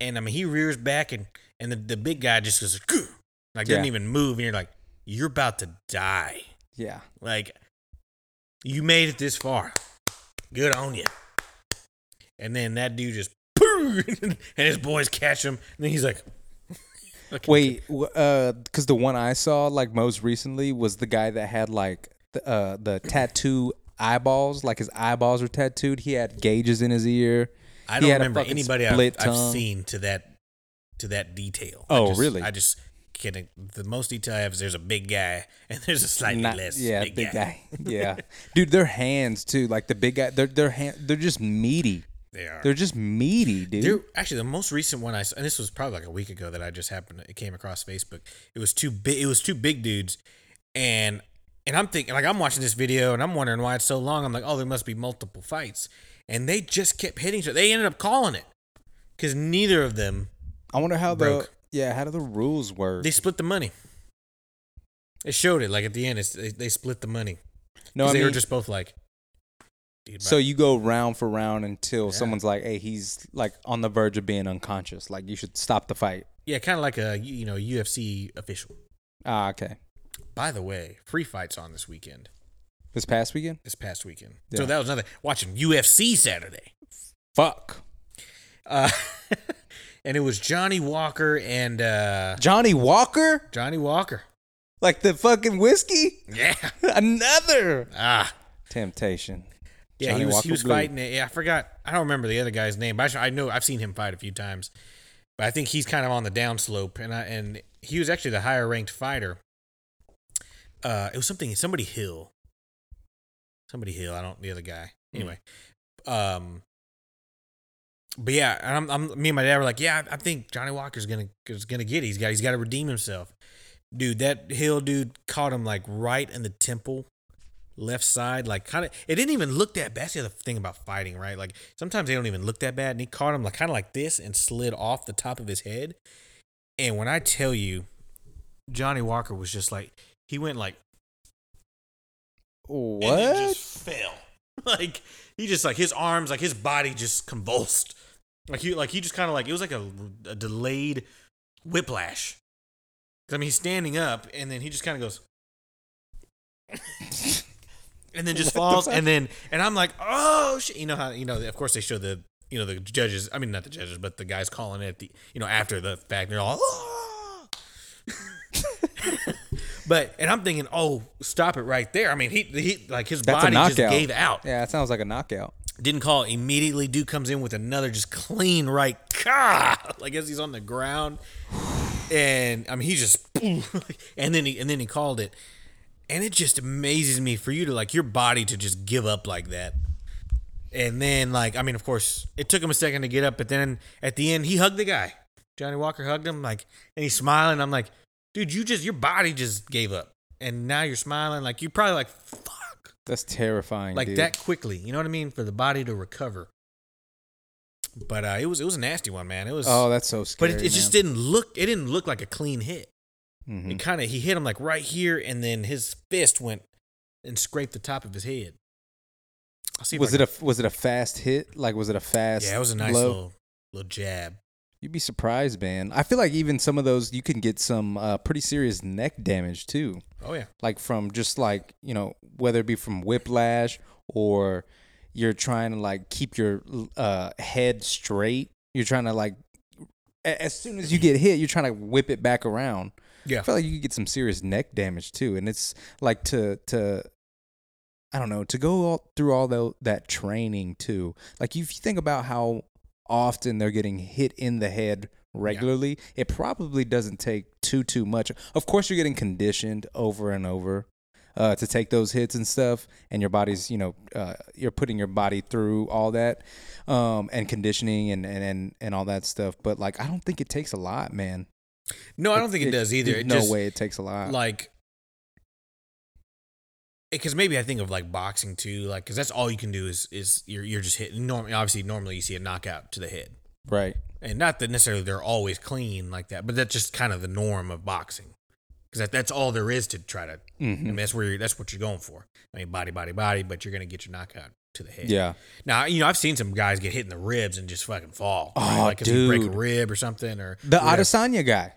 and I mean he rears back and and the, the big guy just goes "Goo!" like doesn't Yeah. even move, and you're like you're about to die, Yeah. like you made it this far, good on you. And then that dude just <laughs> "Poo!" and his boys catch him, and then he's like, <laughs> Okay. Wait, because uh 'cause the one I saw like most recently was the guy that had like the, uh, the tattoo eyeballs, like his eyeballs were tattooed. He had gauges in his ear. I He don't had a remember fucking anybody I've, split I've tongue. seen to that to that detail. Oh, I just, really? I just kidding. The most detail I have is there's a big guy <laughs> and there's a slightly Not- less yeah, big, guy. <laughs> yeah, dude, their hands too. Like the big guy, their their hand, they're just meaty. They are. They're just meaty, dude. There- actually, the most recent one I saw, and this was probably like a week ago that I just happened to, it came across Facebook. It was two big, it was two big dudes, and and I'm thinking like I'm watching this video and I'm wondering why it's so long. I'm like, oh, there must be multiple fights, and they just kept hitting each other. They ended up calling it because neither of them I wonder how Broke. the yeah, how do the rules work? They split the money. They showed it like at the end. It's, they, they split the money. no, I they mean, were just both like. Dude, so bye. you go round for round until Yeah. someone's like, "Hey, he's like on the verge of being unconscious. Like you should stop the fight." yeah, kind of like a you you know UFC official. Ah, okay. By the way, free fights on this weekend. This past weekend, This past weekend. Yeah. So that was another watching UFC Saturday. fuck Uh, <laughs> and it was Johnny Walker and uh, Johnny Walker, Johnny Walker. like the fucking whiskey. <laughs> Yeah. Another Ah. temptation. Yeah, Johnny he was Walker he was Blue. fighting it. Yeah, I forgot. I don't remember the other guy's name, but I, should- I know I've seen him fight a few times. But I think he's kind of on the downslope, and I, and he was actually the higher ranked fighter. Uh, it was something somebody Hill, somebody Hill. I don't the other guy. Hmm. Anyway, um, but yeah, and I'm, I'm me and my dad were like, yeah, I, I think Johnny Walker's gonna is gonna get. It. He's got he's got to redeem himself, dude. That Hill dude caught him like right in the temple left side, like kind of. It didn't even look that bad. That's the other thing about fighting, right? Like sometimes they don't even look that bad. And he caught him like kind of like this and slid off the top of his head. And when I tell you, Johnny Walker was just like he went like and What? he just fell. <laughs> Like he just like his arms, like his body just convulsed. Like he like he just kind of like it was like a, a delayed whiplash. 'Cause, I mean, he's standing up, and then he just kind of goes, and then just What the falls, fuck? and then and I'm like, oh shit, you know how you know? Of course, they show the you know the judges. I mean, not the judges, but the guys calling it at the you know after the fact. They're all. "Ah." <laughs> But and I'm thinking, oh, stop it right there. I mean, he he like his That's a body just knockout. gave out. yeah, that sounds like a knockout. Didn't call it immediately. Dude comes in with another just clean right. Gah! Like as he's on the ground, and I mean he just <laughs> and then he and then he called it, and it just amazes me for you to like your body to just give up like that. And then like I mean of course it took him a second to get up, but then at the end he hugged the guy. Johnny Walker hugged him like, and he's smiling. I'm like, dude, you just your body just gave up, and now you're smiling like you're probably like, fuck That's terrifying. like dude. that quickly. You know what I mean? For the body to recover. But uh, it was it was a nasty one, man. It was, Oh, that's so scary. but it, it just man. didn't look. It didn't look like a clean hit. Mhm. It kind of he hit him like right here, and then his fist went and scraped the top of his head. I'll see. if was I it a was it a fast hit? Like was it a fast? can- yeah? It was a nice blow? little little jab. You'd be surprised, man. I feel like even some of those you can get some uh, pretty serious neck damage too, Oh yeah, like from just like you know whether it be from whiplash or you're trying to like keep your uh, head straight. You're trying to like a- as soon as you get hit, you're trying to whip it back around. yeah. I feel like you could get some serious neck damage too, and it's like to to I don't know to go all, through all tho- that training too. Like if you think about how often they're getting hit in the head regularly, it probably doesn't take too too much. Of course, you're getting conditioned over and over uh, to take those hits and stuff, and your body's you know uh, you're putting your body through all that um, and conditioning and, and and and all that stuff. But like I don't think it takes a lot, man. No, I don't think it, does either. It no just, way uh, it takes a lot. like because maybe I think of like boxing too, like because that's all you can do is is you're you're just hitting. Normally, obviously, normally you see a knockout to the head, right. and not that necessarily they're always clean like that, but that's just kind of the norm of boxing because that, that's all there is to try to. I mean, Mhm. that's where you're, that's what you're going for. I mean, body, body, body, but you're gonna get your knockout to the head. Yeah. Now you know I've seen some guys get hit in the ribs and just fucking fall. Oh, like 'cause you break a dude. rib or something or The whatever. Adesanya guy.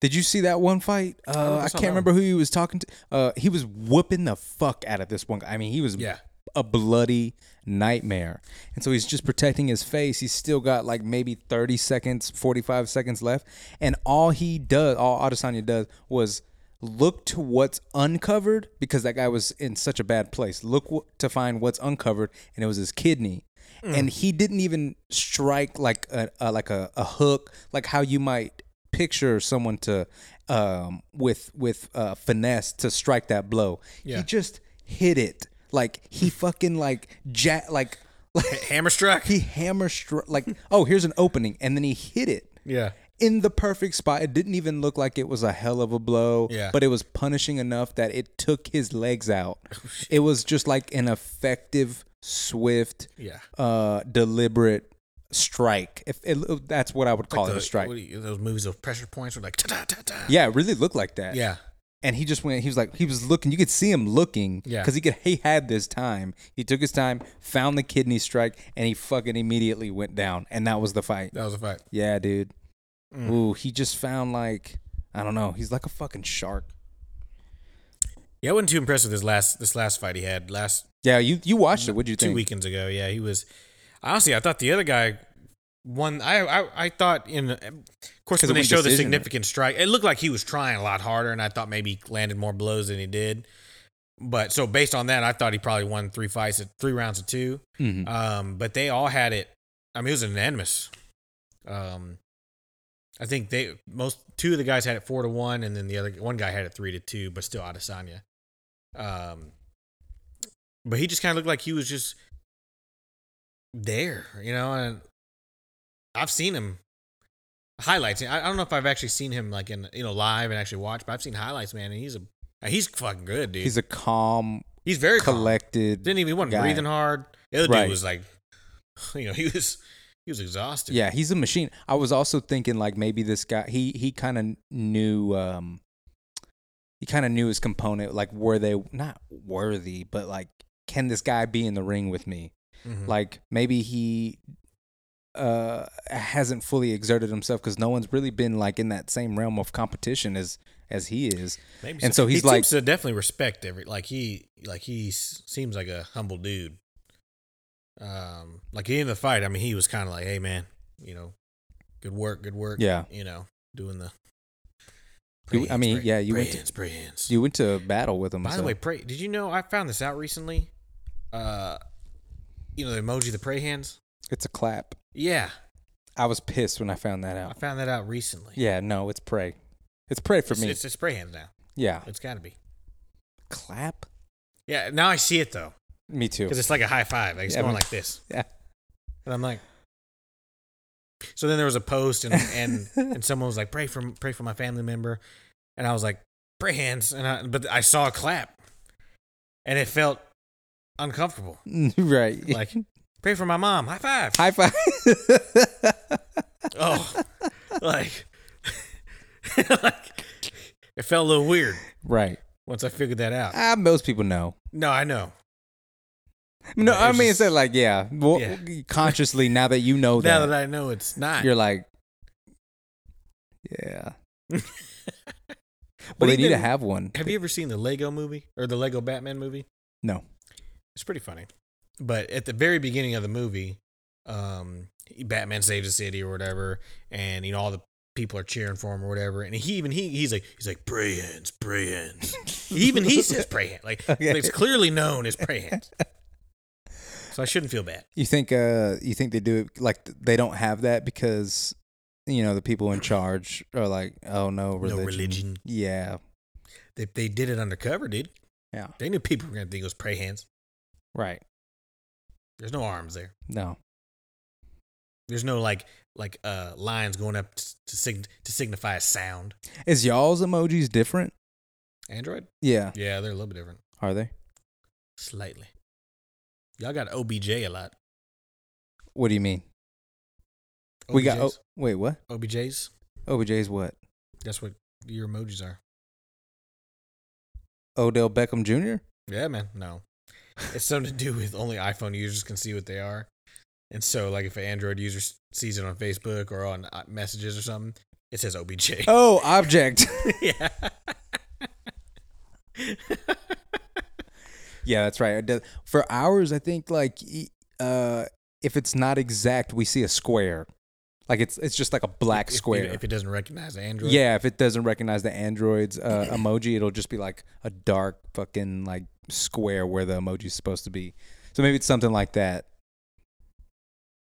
Did you see that one fight? don't Uh, think I I saw can't that remember who he was talking to. Uh, he was whooping the fuck out of this one guy. I mean, he was Yeah. a bloody nightmare. And so he's just protecting his face. He's still got like maybe 30 seconds, 45 seconds left. And all he does, all Adesanya does was look to what's uncovered because that guy was in such a bad place. Look w- to find what's uncovered and it was his kidney. Hmm. And he didn't even strike like a, a like a, a hook, like how you might picture someone to um with with uh finesse to strike that blow. Yeah. He just hit it like <laughs> he fucking like jack like like hammer struck. he hammer str- like oh here's an opening and then he hit it Yeah. in the perfect spot. It didn't even look like it was a hell of a blow, Yeah. but it was punishing enough that it took his legs out. Oh, it was just like an effective, swift, Yeah. uh, deliberate strike. If it, that's what I would call it, the- a strike. what do you- those movies of pressure points were like ta ta ta ta. yeah, it really looked like that. Yeah. and he just went. He was like, he was looking. You could see him looking. Yeah. because he could. He had this time. He took his time, found the kidney strike, and he fucking immediately went down. And that was the fight. That was a fight. Yeah, dude. Mm. Ooh, he just found like I don't know. He's like a fucking shark. Yeah, I wasn't too impressed with this last this last fight he had last Yeah, you you watched it. What'd you two think? weekends ago. Yeah, he was honestly I thought the other guy won I I, I thought in of course 'Cause when it they went show the decision, right? significant strike, it looked like he was trying a lot harder and I thought maybe he landed more blows than he did. But so based on that, I thought he probably won three fights at three rounds of two. Mhm. Um, but they all had it. I mean, it was unanimous. Um, I think they most two of the guys had it four to one, and then the other one guy had it three to two, but still Adesanya. Um, but he just kind of looked like he was just there, you know. And I've seen him highlights. I, I don't know if I've actually seen him like in you know live and actually watched, but I've seen highlights, man. And he's a he's fucking good, dude. He's, He's a calm, very calm. collected. Didn't even he wasn't guy. breathing hard. The other Right. dude was like, <laughs> you know, he was he was exhausted. Yeah, he's a machine. I was also thinking like maybe this guy he he kind of knew um he kind of knew his component like were they not worthy but like can this guy be in the ring with me? Mhm. Like maybe he uh hasn't fully exerted himself cuz no one's really been like in that same realm of competition as as he is. Maybe And so he's he like- seems to definitely respect every like he like he s- seems like a humble dude. Um, like in the fight, I mean, he was kind of like, "Hey, man, you know, good work, good work." Yeah. you know, doing the. You- I mean, yeah, you pray went to- hands, pray hands. You went to battle with him. By the so- way, pray. Did you know I found this out recently? Uh, you know the emoji, the pray hands. it's a clap. Yeah, I was pissed when I found that I out. found that out recently. Yeah, no, it's pray. It's pray for it's, me. it's, it's pray hands now. yeah. It's got to be. Clap? Yeah, now I see it though, Me too. because it's like a high five. Like it's Yeah, I going mean- like this. <laughs> Yeah. And I'm like, so then there was a post and and <laughs> and someone was like, pray for pray for my family member, and I was like, pray hands, and I, but I saw a clap, and it felt uncomfortable. <laughs> right. Like, pray for my mom, high five. High five. <laughs> Oh, <laughs> like, like it felt a little weird right. once I figured that out. Uh, most people know. No, I know. No, It I was mean, just- it's that like, yeah, well, Yeah. consciously, now that you <laughs> know Now that, that I know it's not. Oh, you're like, yeah. But well, they need to even- have one. Have you ever seen the Lego movie or the Lego Batman movie? No. It's pretty funny. But at the very beginning of the movie, um, Batman saves the city or whatever, and you know all the people are cheering for him or whatever. And he even he he's like he's like pray hands, pray hands. <laughs> even he says pray hands. Like <laughs> Okay. it's clearly known as pray hands. so I shouldn't feel bad. You think, uh, you think they do it like th- they don't have that because, you know, the people in charge are like, oh no, religion. No religion. Yeah. They they did it undercover, dude. Yeah. They knew people were gonna think it was pray hands. Right. There's no arms there. No. There's no like like uh lines going up to to, sign- to signify a sound. Is y'all's emojis different? Android? Yeah. Yeah, they're a little bit different. Are they? Slightly. Y'all got OBJ a lot. What do you mean? We got, oh, OBJs? wait, what? OBJs. OBJ's what? That's what your emojis are. Odell Beckham Jr. Yeah, man. No. <laughs> It's something to do with only iPhone users can see what they are. And so, like, if an Android user s- sees it on Facebook or on uh, messages or something, it says <laughs> OBJ. Oh, object. yeah. <laughs> yeah, that's right. It does- For ours, I think like e- uh, if it's not exact, we see a square. Like it's it's just like a black If- square. If, it doesn't recognize Android. yeah, if it doesn't recognize the Android's uh, emoji, it'll just be like a dark fucking like square where the emoji's supposed to be. So maybe it's something like that.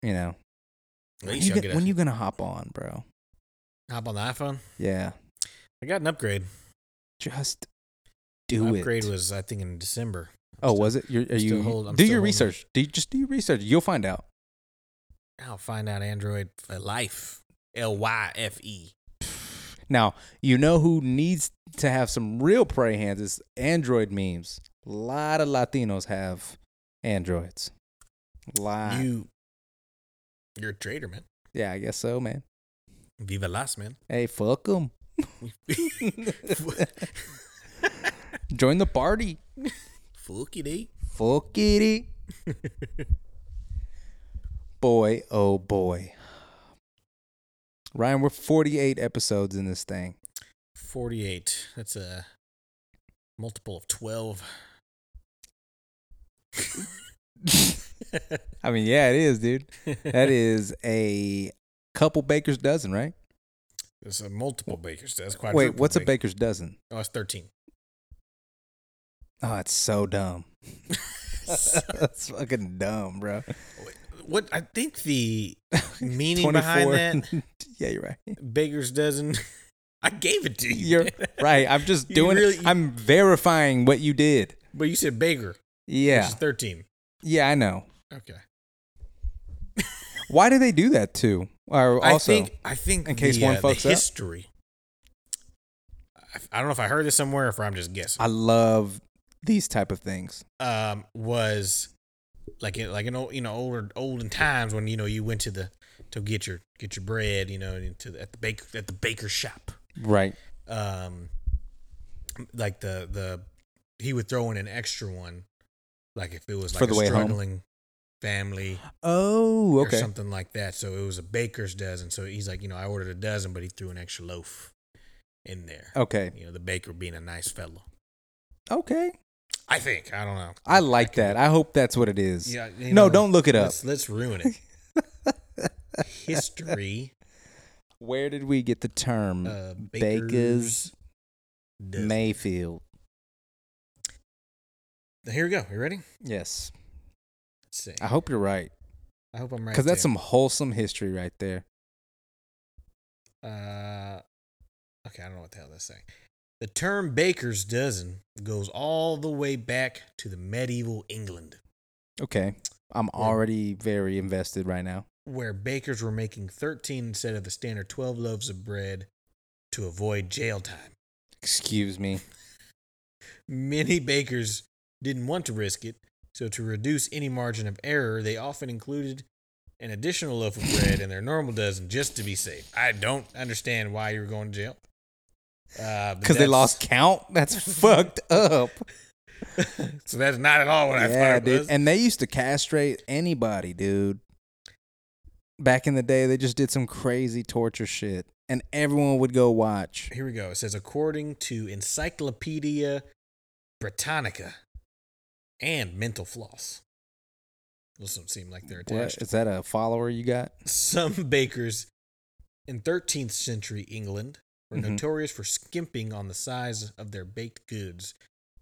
You know, At when least you, y'all get- get a, when you gonna hop on, bro? hop on the iPhone. Yeah, I got an upgrade. just do My it. upgrade was, I think, in December. Oh, was it? You're, are I'm still you hold- I'm do still your holding- research? Do you, just do your research. You'll find out. I'll find out Android for life. L Y F E. Now you know who needs to have some real prey hands is Android memes. A lot of Latinos have Androids. Lot. You, you're a traitor, man. yeah, I guess so, man. Viva las, <laughs> man. Hey, fuck them. Fuck Join the party. it, eh? Fuck <laughs> it. boy, oh boy. Ryan, we're 48 episodes in this thing. 48. That's a multiple of 12. I mean, yeah, it is, dude. <laughs> That is a couple baker's dozen, right? It's a multiple baker's. That's quite Wait, what's a baker's dozen? Oh, it's 13. <laughs> Oh, it's so dumb. That's fucking dumb, bro. Wait, what I think <laughs> the meaning behind that yeah, you're <laughs> right. baker's dozen. <laughs> I gave it to you, You're right. I'm just You doing really- it. I'm verifying what you did. but you said baker. which Yeah. is thirteen. Yeah, I know. Okay. Why do they do that too? Or also, I think I think in case the, one uh, the fucks up. history. I- I don't know if I heard this somewhere or if I'm just guessing. I love these type of things. um, was like in, like in old you know older olden times when you know you went to the to get your get your bread you know and to the, at the bake at the baker shop Right. um like the the he would throw in an extra one like if it was For like the a way home. struggling family Oh, or okay. something like that so it was a baker's dozen so he's like you know I ordered a dozen but he threw an extra loaf in there Okay. you know the baker being a nice fellow Okay. I think I don't know I like could- that. I hope that's what it is. Yeah. you No, know, don't look it up. Let's, let's ruin <laughs> it. History. Where did we get the term <laughs> Uh, Baker's Baker's. dozen. Mayfield? Here we go. You ready? Yes. Let's see. I hope you're right. I hope I'm right. Because that's too. some wholesome history right there. Uh, okay, I don't know what the hell that's saying. The term baker's dozen goes all the way back to the medieval England, Okay. I'm already very invested right now. where bakers were making 13 instead of the standard 12 loaves of bread to avoid jail time. Excuse me. Many bakers didn't want to risk it, so to reduce any margin of error, they often included an additional loaf of bread in their normal dozen just to be safe. I don't understand why you were going to jail. Uh, Because Because they lost count? <laughs> That's fucked up. so that's <laughs> not at all what I yeah, thought it dude. was. And they used to castrate anybody, dude. Back in the day, they just did some crazy torture shit, and everyone would go watch. Here we go. It says according to Encyclopedia Britannica and Mental Floss. Those don't seem like they're What? attached. Is that a follower you got? some bakers in 13th century England were Mhm. notorious for skimping on the size of their baked goods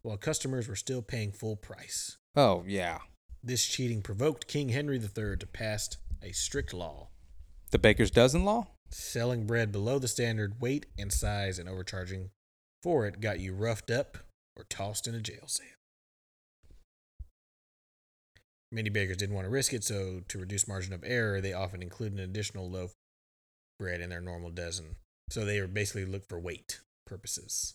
while customers were still paying full price. Oh, yeah. This cheating provoked King Henry III to pass a strict law The baker's dozen law? selling bread below the standard weight and size and overcharging for it got you roughed up or tossed in a jail cell. Many bakers didn't want to risk it, so to reduce margin of error, they often included an additional loaf of bread in their normal dozen. So they were basically looked for weight purposes.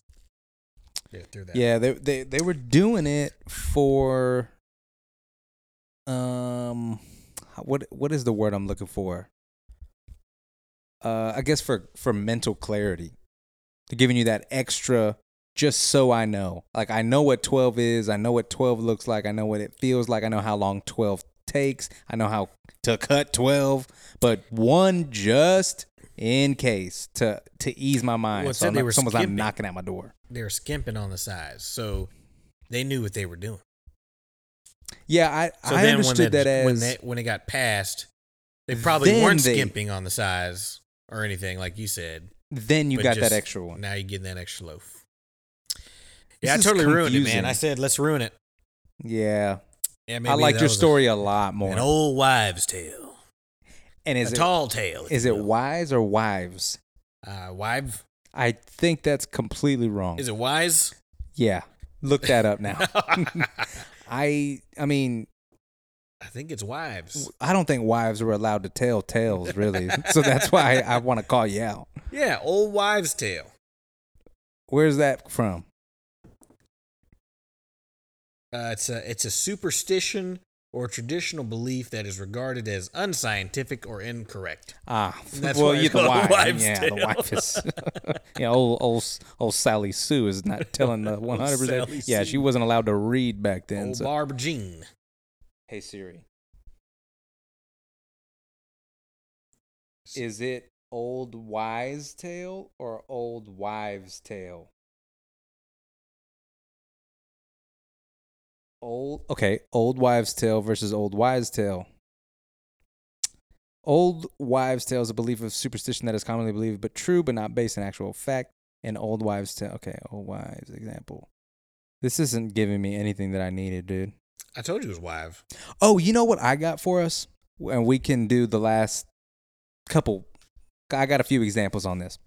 Yeah, through that. Yeah, they they they were doing it for um what what is the word I'm looking for? Uh I guess for for mental clarity. They're giving you that extra just so I know. Like I know what 12 is, I know what 12 looks like, I know what it feels like, I know how long 12 takes, I know how to cut 12, but one just in case to to ease my mind. Well, it so said I'm they not- were someone's skimping. not knocking at my door. They were skimping on the size, so they knew what they were doing. Yeah, I, So I then understood when that, as when, that, when it got passed, they probably Then weren't they- skimping on the size or anything, like you said. then you but got just that extra one. Now you're getting that extra loaf. This yeah, I is totally ruined it, confusing. man. I said let's ruin it. Yeah, Yeah, I maybe liked that your was a- story a, lot more. an old wives' tale, and is a it tall tale. if is you it will. wise or wives? Uh, wive? I think that's completely wrong. Is it <laughs> wise? yeah, look that up <laughs> now. <laughs> I I I mean think it's wives. I don't think wives were allowed to tell tales really, so that's why I, want to call you out. Yeah, old wives' tale. Where's that from? Uh, it's a it's a superstition or traditional belief that is regarded as unscientific or incorrect. Ah, That's well, why you it's the called wife. wives' yeah, the tale. wife is. <laughs> yeah, old old old Sally Sue is not telling <laughs> the one hundred Sally percent. Yeah, Sue. she wasn't allowed to read back then. old so- Oh, Barb Jean. Hey Siri. Is it old wise tale or old wives tale? Old Okay, old wives tale versus old wise tale. Old wives tale is a belief of superstition that is commonly believed but true but not based on actual fact. An old wives tale. Okay, old wives example. This isn't giving me anything that I needed, dude. I told you it was wife. Oh, you know what I got for us? and we can do the last couple. I got a few examples on this.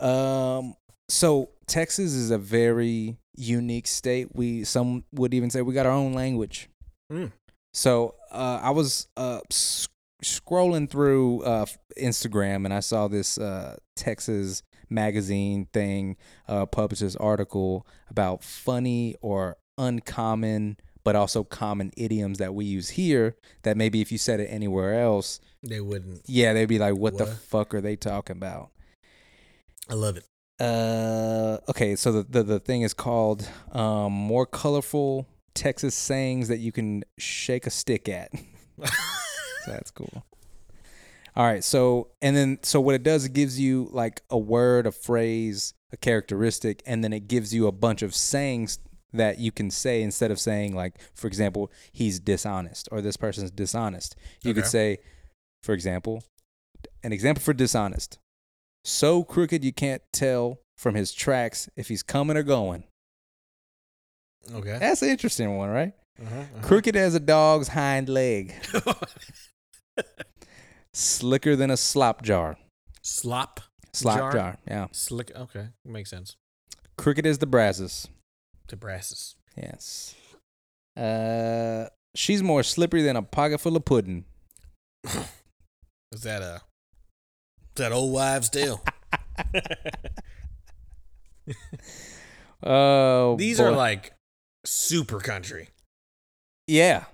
Um, so Texas is a very unique state. We some would even say we got our own language. Mm. So uh, I was uh, s- scrolling through uh, Instagram and I saw this uh, Texas magazine thing uh, published this article about funny or uncommon, but also common idioms that we use here. That maybe if you said it anywhere else, They wouldn't. yeah, they'd be like, "What, the What? fuck are they talking about?" I love it. Uh, okay, so the, the the thing is called um, more colorful Texas sayings that you can shake a stick at. So that's cool. All right. So, and then, so what it does, it gives you like a word, a phrase, a characteristic, and then it gives you a bunch of sayings that you can say instead of saying, like, for example, he's dishonest or this person's dishonest. You could Okay. say, for example, an example for dishonest so crooked you can't tell from his tracks if he's coming or going. <laughs> okay. That's an interesting one, right? Uh-huh, Crooked as a dog's hind leg, uh-huh. slicker than a slop jar. Slop. Slop Jar? jar. Yeah. Slick. Okay. Makes sense. Crooked as the brasses. To brasses. Yes. Uh, she's more slippery than a pocket full of pudding. Is that a. Is that old wives' tale? Oh, These boy. are like super country. yeah,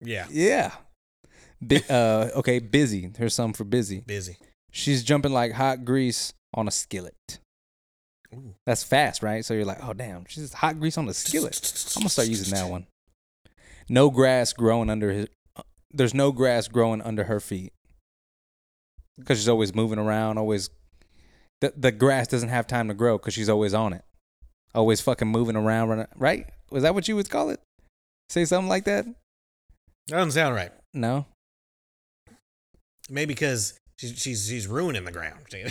Yeah. yeah. Bu- uh, okay, busy. Here's some for busy. Busy. She's jumping like hot grease on a skillet. Ooh. That's fast, right? So you're like, oh damn, she's hot grease on a skillet. I'm gonna start using that one. No grass growing under his. There's no grass growing under her feet. Because she's always moving around, always. The the grass doesn't have time to grow because she's always on it, always fucking moving around. Running, right? Was that what you would call it? Say something like that? That doesn't sound right. No. Maybe because she's she's she's ruining the ground. <laughs>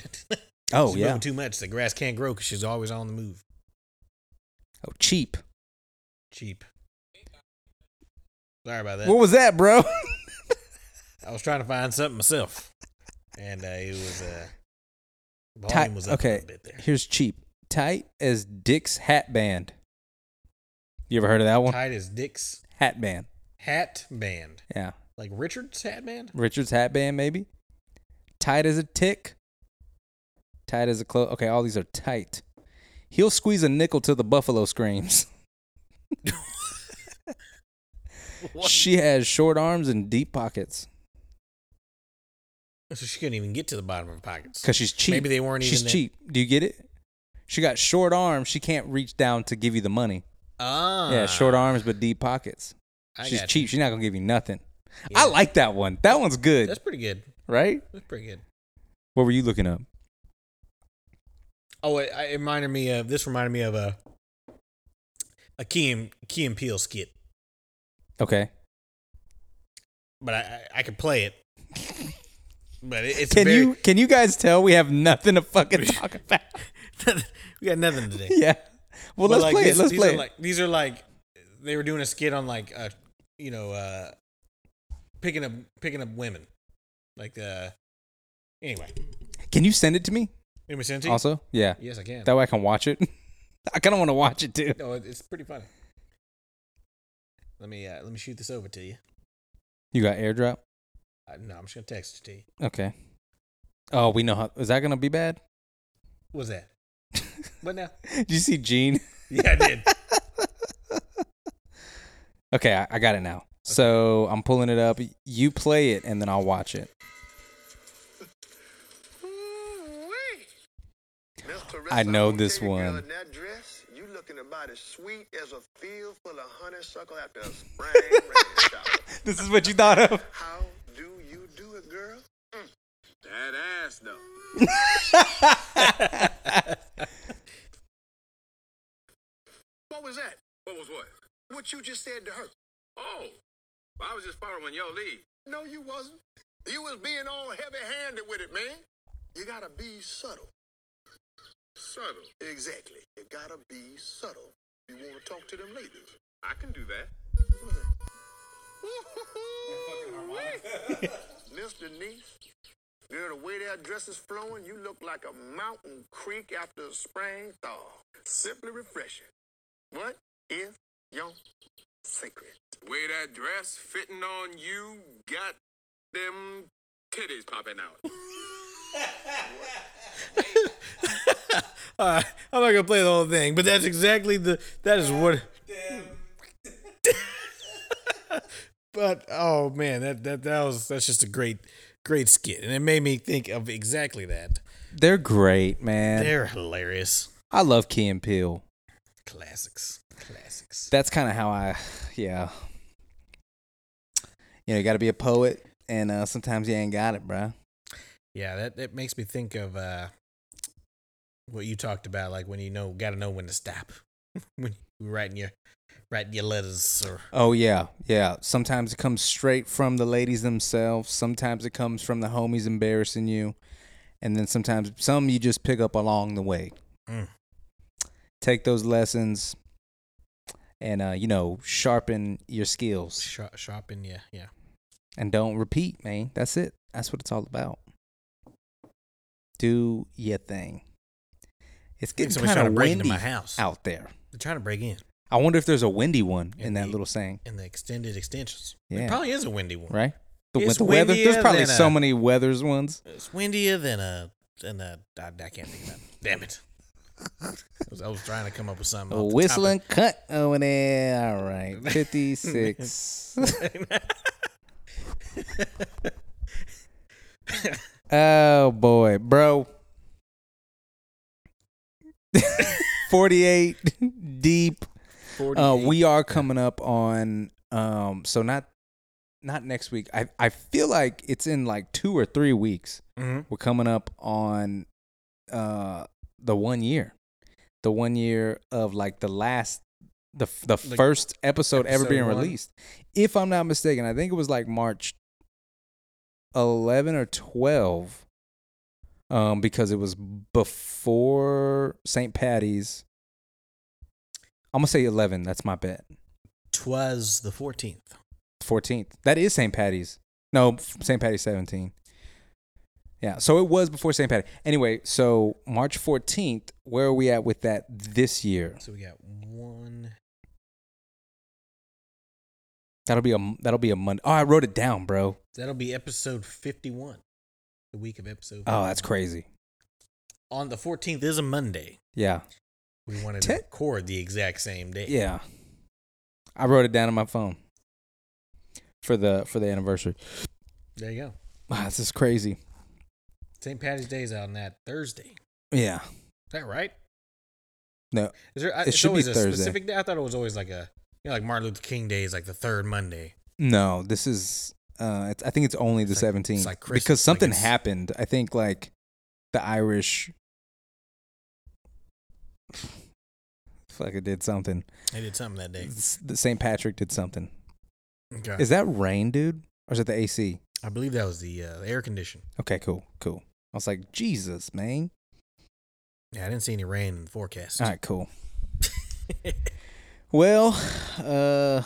She's Oh moving yeah. too much. The grass can't grow because she's always on the move. Oh cheap. Cheap. Sorry about that. What was that, bro? <laughs> I was trying to find something myself, and uh, it was uh, Ti- volume was up a okay. little bit there. Here's cheap. Tight as Dick's hat band. You ever heard of that one? Tight as Dick's Hat band. hat band, Yeah. like Richard's hat <laughs> band. Richard's hat band, maybe. Tight as a tick. Tight as a clo Okay, all these are tight. He'll squeeze a nickel till the buffalo <laughs> screams. She has short arms and deep pockets So she couldn't even get to the bottom of her pockets. because she's cheap. Maybe they weren't She's even that- cheap. Do you get it? She got short arms. She can't reach down to give you the money. Ah, yeah, short arms but deep pockets. I She's got cheap. She's not gonna give you nothing. Yeah. I like that one. That one's you. good, That's pretty good. right? That's pretty good. What were you looking up? Oh, it, it reminded me of this. Reminded me of a a Key and, Key and Peele skit, Okay. but I I, I could play it. But it, it's Can very, you can you guys tell we have nothing to fucking talk about? <laughs> <laughs> we got nothing today. yeah. Well, But, let's like, play this- it. Let's these play Are it. like, these are like they were doing a skit on like uh you know uh picking up picking up women, like uh anyway. can you send it to me Let me send it to you. also? Yeah. Yes, I can. That way I can watch it. <laughs> I kind of want to watch it too. no, it- it's pretty funny. Let me uh, let me shoot this over to you. You got airdrop? Uh, no, I'm just gonna text it to you. Okay. Oh, we know how. Is that gonna be bad? <laughs> What's that? what now? Did you see Gene? <laughs> Yeah, I did. Okay, I, I got it now. So I'm pulling it up. You play it, and then I'll watch it. <laughs> I know this one. In that dress, you looking about as sweet as a field full of honeysuckle after a spring rain <laughs> shower. This is what you thought of. <laughs> How do you do it, girl? Mm, That ass, though. <laughs> What was that? What was what? What you just said to her. Oh, I was just following your lead. No, you wasn't. You was being all heavy-handed with it, man. You gotta be subtle. Subtle? Exactly. You gotta be subtle. You wanna talk to them ladies. I can do that. Mr. Nice, girl, the way that dress is flowing, you look like a mountain creek after a spring thaw. Simply refreshing. What is your secret? Way that dress fitting on you got them titties popping out. All right, I'm not gonna play the whole thing, but that's exactly the that is what. <laughs> but oh man, that that that was that's just a great great skit, and it made me think of exactly that. They're great, man. They're hilarious I love Key and Peele. classics, classics. That's kind of how I, yeah. You know, you got to be a poet, and uh, sometimes you ain't got it, bruh. Yeah, that that makes me think of uh what you talked about, like when you know got to know when to stop <laughs> when you writing your writing your letters or Oh yeah, yeah. Sometimes it comes straight from the ladies themselves. Sometimes it comes from the homies embarrassing you, and then sometimes some you just pick up along the way. Mm. Take those lessons, and uh, you know, sharpen your skills, shop, shopping. Yeah, yeah. and don't repeat, man. That's it. That's what it's all about. Do your thing. It's Think getting somebody's kind trying to of break into windy my house. out there. They're trying to break in I wonder if there's a windy one in And that the- little saying, in the extended extensions. Yeah. It probably is a windy one. right? The, It's with the weather, there's windier probably than so a- many weathers ones. It's windier than a than a. I, I can't think of that. Damn it! I was, I was trying to come up with something. off A the top of- whistling cut over there. All right, <laughs> fifty-six. oh boy, <laughs> bro. <laughs> Forty-eight deep. <laughs> Uh, 48. we are coming up on. Um, so not, not next week. I I feel like it's in like two or three weeks. Mhm. We're coming up on, uh, the one year, the one year of like the last. The, f- the Like, first episode, ever episode being one? released, if I'm not mistaken, I think it was like March 11 or 12 um because it was before St. Patty's I'm going to say 11 that's my bet Twas the fourteenth. 14th that is St. Patty's no St. Patty's 17 yeah so it was before St. Patty anyway so March 14th where are we at with that this year So we got one. that'll be a that'll be a Monday oh I wrote it down bro That'll be episode fifty-one. The week of episode. oh that's crazy On the fourteenth is a Monday. yeah We wanted Te- to record the exact same day. Yeah. I wrote it down on my phone for the for the anniversary. There you go. Wow, this is crazy. St. Patty's Day is on that Thursday. Is Yeah. that right? No. Is there? I- It it's should be always a Thursday. specific day. I thought it was always like a, you know, like Martin Luther King Day is like the third Monday. No, this is uh it's, I think it's only the It's like- 17th it's like Christmas, because like something it's- happened. I think like the Irish fuck it did something. They did something that day. S- the St. Patrick did something. Okay. Is that rain, dude? Or is it the AC? I believe that was the uh, air condition. Okay, cool. Cool. I was like, "Jesus, man." Yeah, I didn't see any rain in the forecast. All right, cool. well, uh,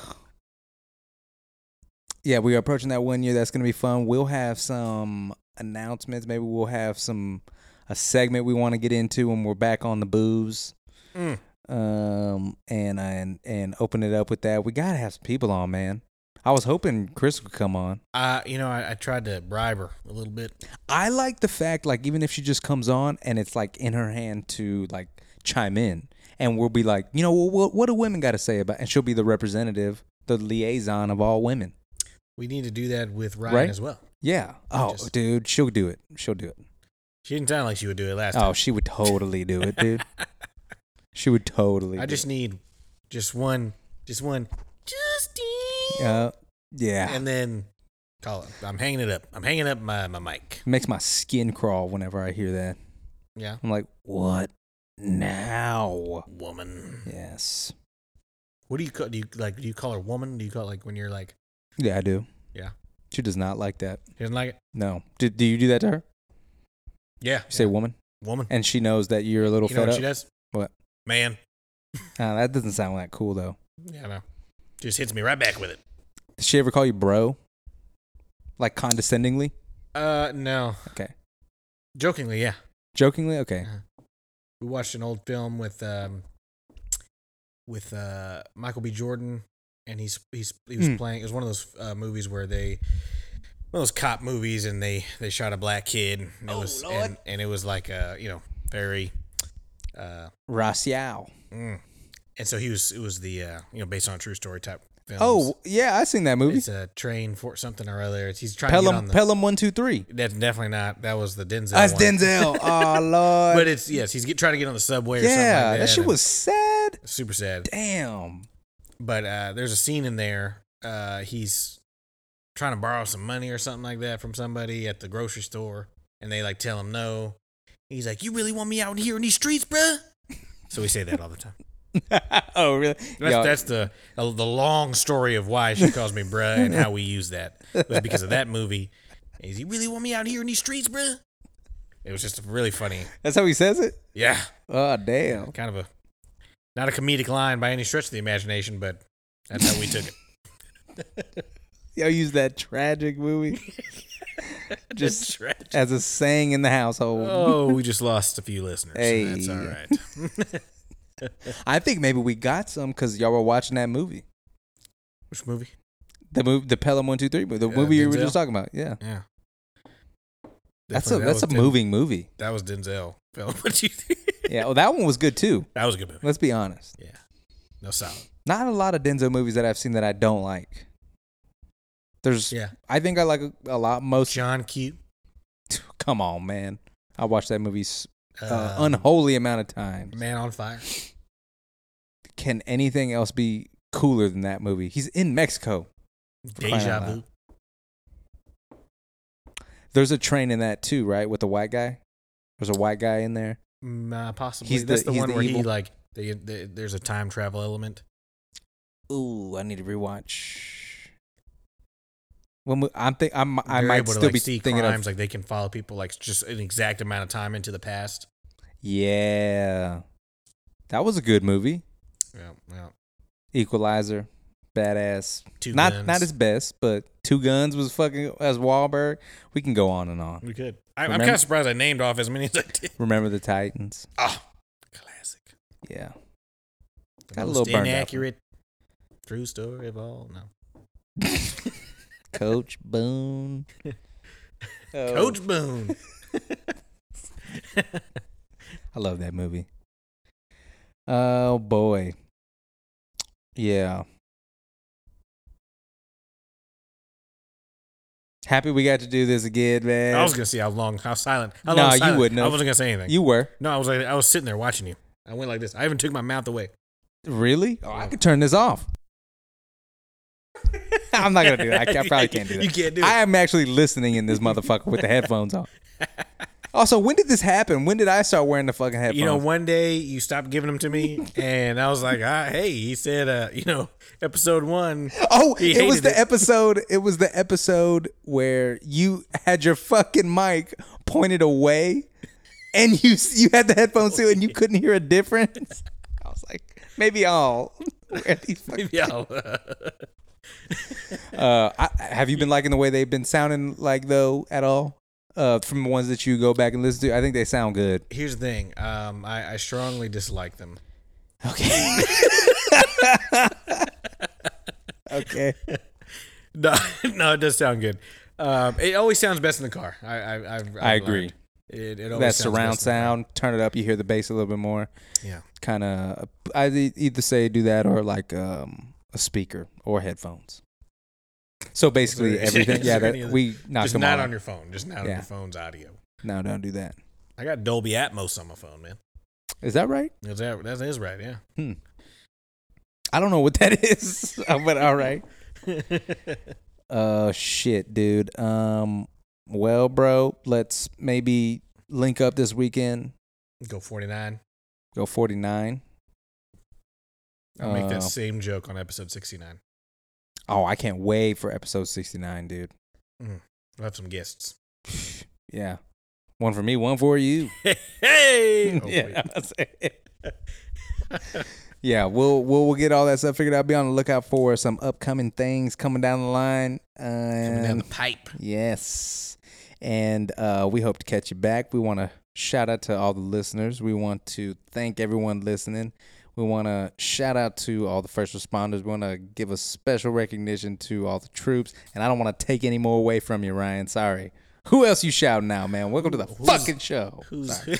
yeah, we are approaching that one year. That's going to be fun. We'll have some announcements. Maybe we'll have some a segment we want to get into when we're back on the booze. Mm. Um, and and and open it up with that. We gotta have some people on, man. I was hoping Chris would come on. Uh, you know, I, I tried to bribe her a little bit. I like the fact, like, even if she just comes on and it's like in her hand to like chime in, and we'll be like, you know, well, what, what do women got to say about? And she'll be the representative, the liaison of all women. We need to do that with Ryan Right? as well. Yeah. Oh, Just- dude, she'll do it. She'll do it. She didn't sound like she would do it last Oh, she would totally do <laughs> it, dude. she would totally. time. I just need just one, just one, Justin, Uh, yeah. and then call it. I'm hanging it up. I'm hanging up my, my mic. Makes my skin crawl whenever I hear that. Yeah, I'm like, what now? woman. Yes. What do you call? Do you like? Do you call her woman? Do you call it, like when you're like? Yeah, I do. Yeah. She does not like that. She doesn't like it. No. Do, do you do that to her? Yeah, You say woman, woman. and she knows that you're a little You know fed what up. she does? What? Man. Nah, that doesn't sound that cool though. Yeah, I know. Just hits me right back with it. Did she ever call you bro? like condescendingly? Uh, no. Okay, Jokingly, yeah. jokingly. Okay, We watched an old film with um with uh Michael B. Jordan, and he's he's he was Hmm. playing. It was one of those uh, movies where they one of those cop movies, and they they shot a black kid. And it Oh, was Lord. And, and it was like uh you know very uh Racial. mm. and so he was it was the uh you know based on a true story type film. Oh yeah, I seen that movie. It's a train for something or other. It's- He's trying to get on Pelham, the. Pelham one two three. That's definitely not. That was the Denzel. That's one. <laughs> Denzel. oh lord. But it's yes, he's get, trying to get on the subway. or something like yeah, that, that shit and was sad. super sad. Damn. <laughs> But uh, there's a scene in there. Uh, he's trying to borrow some money or something like that from somebody at the grocery store, and they like tell him no. He's like, "You really want me out here in these streets, bruh? So we say that all the time. oh really? That's, Yo, that's the the long story of why she calls me bruh and how we use that It was because of that movie. Is you really want me out here in these streets, bruh? It was just really funny. that's how he says it. Yeah, Oh damn. kind of a not a comedic line by any stretch of the imagination, but that's how we <laughs> took it. Y'all use that <laughs> tragic movie just as a saying in the household. Oh, we just lost a few listeners. Hey. That's all right. <laughs> I think maybe we got some because y'all were watching that movie. Which movie? The movie, the Pelham One Two Three movie, the Yeah, movie you were Denzel. just talking about. Yeah, Yeah. that's Definitely, a that that's was a Den- <laughs> moving movie. That was Denzel. Phil, what do you think? Yeah, well, that one was good too. That was a good movie. Let's be honest. Yeah. No solid. Not a lot of Denzel movies that I've seen that I don't like. There's, Yeah. I think I like a, a lot most. John Q. <laughs> Come on, man. I watched that movie s- uh, um, unholy amount of times. Man on Fire. Can anything else be cooler than that movie? He's in Mexico. crying Deja out Vu. loud. There's a train in that too, right? With the white guy. There's a white guy in there. Mm, uh, possibly. He's That's the- the, he's one the where evil- he like they, they, there's a time travel element. Ooh, I need to rewatch. When we, I'm think I'm, I They're might able still to, like, be see thinking crimes, of like they can follow people like just an exact amount of time into the past. yeah. That was a good movie. Yeah, yeah. Equalizer, badass. Two not guns. not his best, but Two Guns was fucking as Wahlberg. We can go on and on. We could. I, I'm Remember- kind of surprised I named off as many as I did. Remember the Titans? Ah, classic. <laughs> Yeah. The Got a most little burned out. inaccurate true story of all. No, Coach Boone. Oh, Coach <laughs> Boone. I love that movie. Oh boy. Yeah. Happy we got to do this again, man. I was gonna see how long, how silent. How Nah, long you silent- wouldn't I have. wasn't gonna say anything. you were no, I was like, I was sitting there watching you. I went like this. I even took my mouth away. really? Oh, I could turn this off. <laughs> I'm not gonna do that. <laughs> I, ca- I probably can't do that. You can't do it. I am actually listening in this motherfucker with <laughs> the headphones on. Also, when did this happen? When did I start wearing the fucking headphones? you know, one day you stopped giving them to me, and I was like, ah, hey, he said, uh, you know, episode one. <laughs> Oh, He it was hated the it. episode. It was the episode where you had your fucking mic pointed away, and you you had the headphones too, and you couldn't hear a difference. I was like, maybe I'll. <laughs> wear these fucking- Yeah, uh, Uh, I, have you been liking the way they've been sounding like though at all? Uh, from the ones that you go back and listen to, I think they sound good. here's the thing. Um, I, I strongly dislike them. <laughs> Okay. <laughs> okay. No, no, it does sound good. Um, it always sounds best in the car. I, I, I've, I've I agree. learned. It, it always sounds That surround best in the car. sound, turn it up. You hear the bass a little bit more. Yeah. kind of I e- either say do that or like um, a speaker or headphones. So basically there- <laughs> everything. is Yeah, there any that, other- we knocked just them not all. on your phone. Just not on Yeah. your phone's audio. no, don't do that. I got Dolby Atmos on my phone, man. Is that right? Is that that is right? Yeah. <laughs> I don't know what that <laughs> is, but all right. Uh, shit, dude. Um, well, bro, let's maybe link up this weekend. Go forty nine. Go forty nine. I'll make Uh, that same joke on episode sixty nine. Oh, I can't wait for episode sixty nine, dude. <laughs> We'll have some guests. <laughs> Yeah, one <laughs> <laughs> Oh, for me, one for you. Hey. yeah. yeah, we'll we'll we'll get all that stuff figured out. Be on the lookout for some upcoming things coming down the line. Coming down Um, the pipe. yes, and uh, we hope to catch you back. We want to shout out to all the listeners. We want to thank everyone listening. We want to shout out to all the first responders. We want to give a special recognition to all the troops. And I don't want to take any more away from you, Ryan. Sorry. Who else you shouting out, man? Welcome to the fucking show. Who's, Sorry.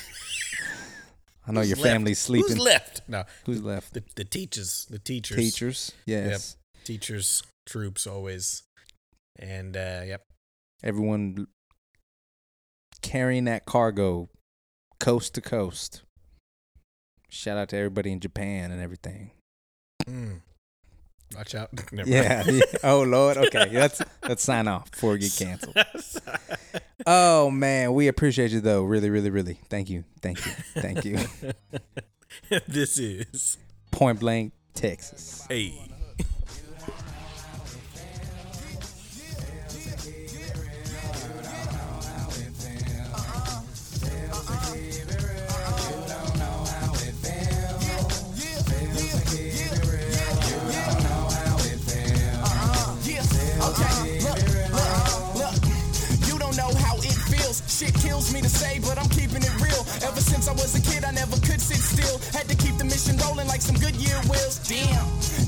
I know your left? family's sleeping. Who's left? No, Who's left? the, the teachers. The teachers. Teachers. Yes. Teachers. Troops always. And uh, yep. Everyone carrying that cargo coast to coast. Shout out to everybody in Japan <laughs> and everything. Mm. Watch out. <laughs> Never Yeah. mind. oh Lord. Okay. Let's let's sign off before <laughs> we get canceled. Oh man, we appreciate you though. Really, really, really. Thank you. Thank you. <laughs> Thank you. this is Point blank, Texas. a. Yeah, okay, look, look, look. You don't know how it feels. Shit kills me to say, but I'm keeping it real. Ever since I was a kid, I never could sit still. Had to keep the mission rolling like some Goodyear wheels. Damn.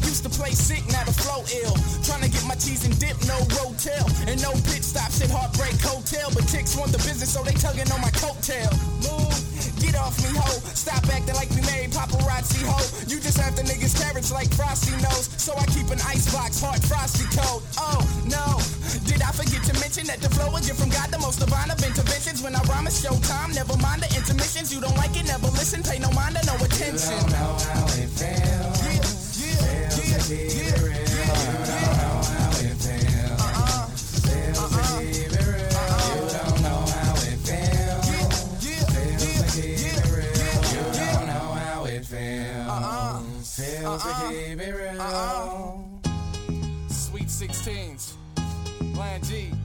Used to play sick, now the flow ill. Trying to get my cheese and dip, no rotel. And no pit stops at Heartbreak Hotel. But chicks want the business, so they tugging on my coattail. Move, get off me, ho. Stop acting like we married paparazzi, ho. You just have the niggas carrots like Frosty knows. So I keep an icebox, hard frosty cold. Oh no, did I forget to mention that the flow is gift from God, the most divine of interventions? When I rhyme, it's showtime. Never mind the intermissions. You don't like it, never listen. Pay no mind to no attention. Yeah, yeah, yeah, yeah, yeah, yeah. Sweet 16s, Plan G.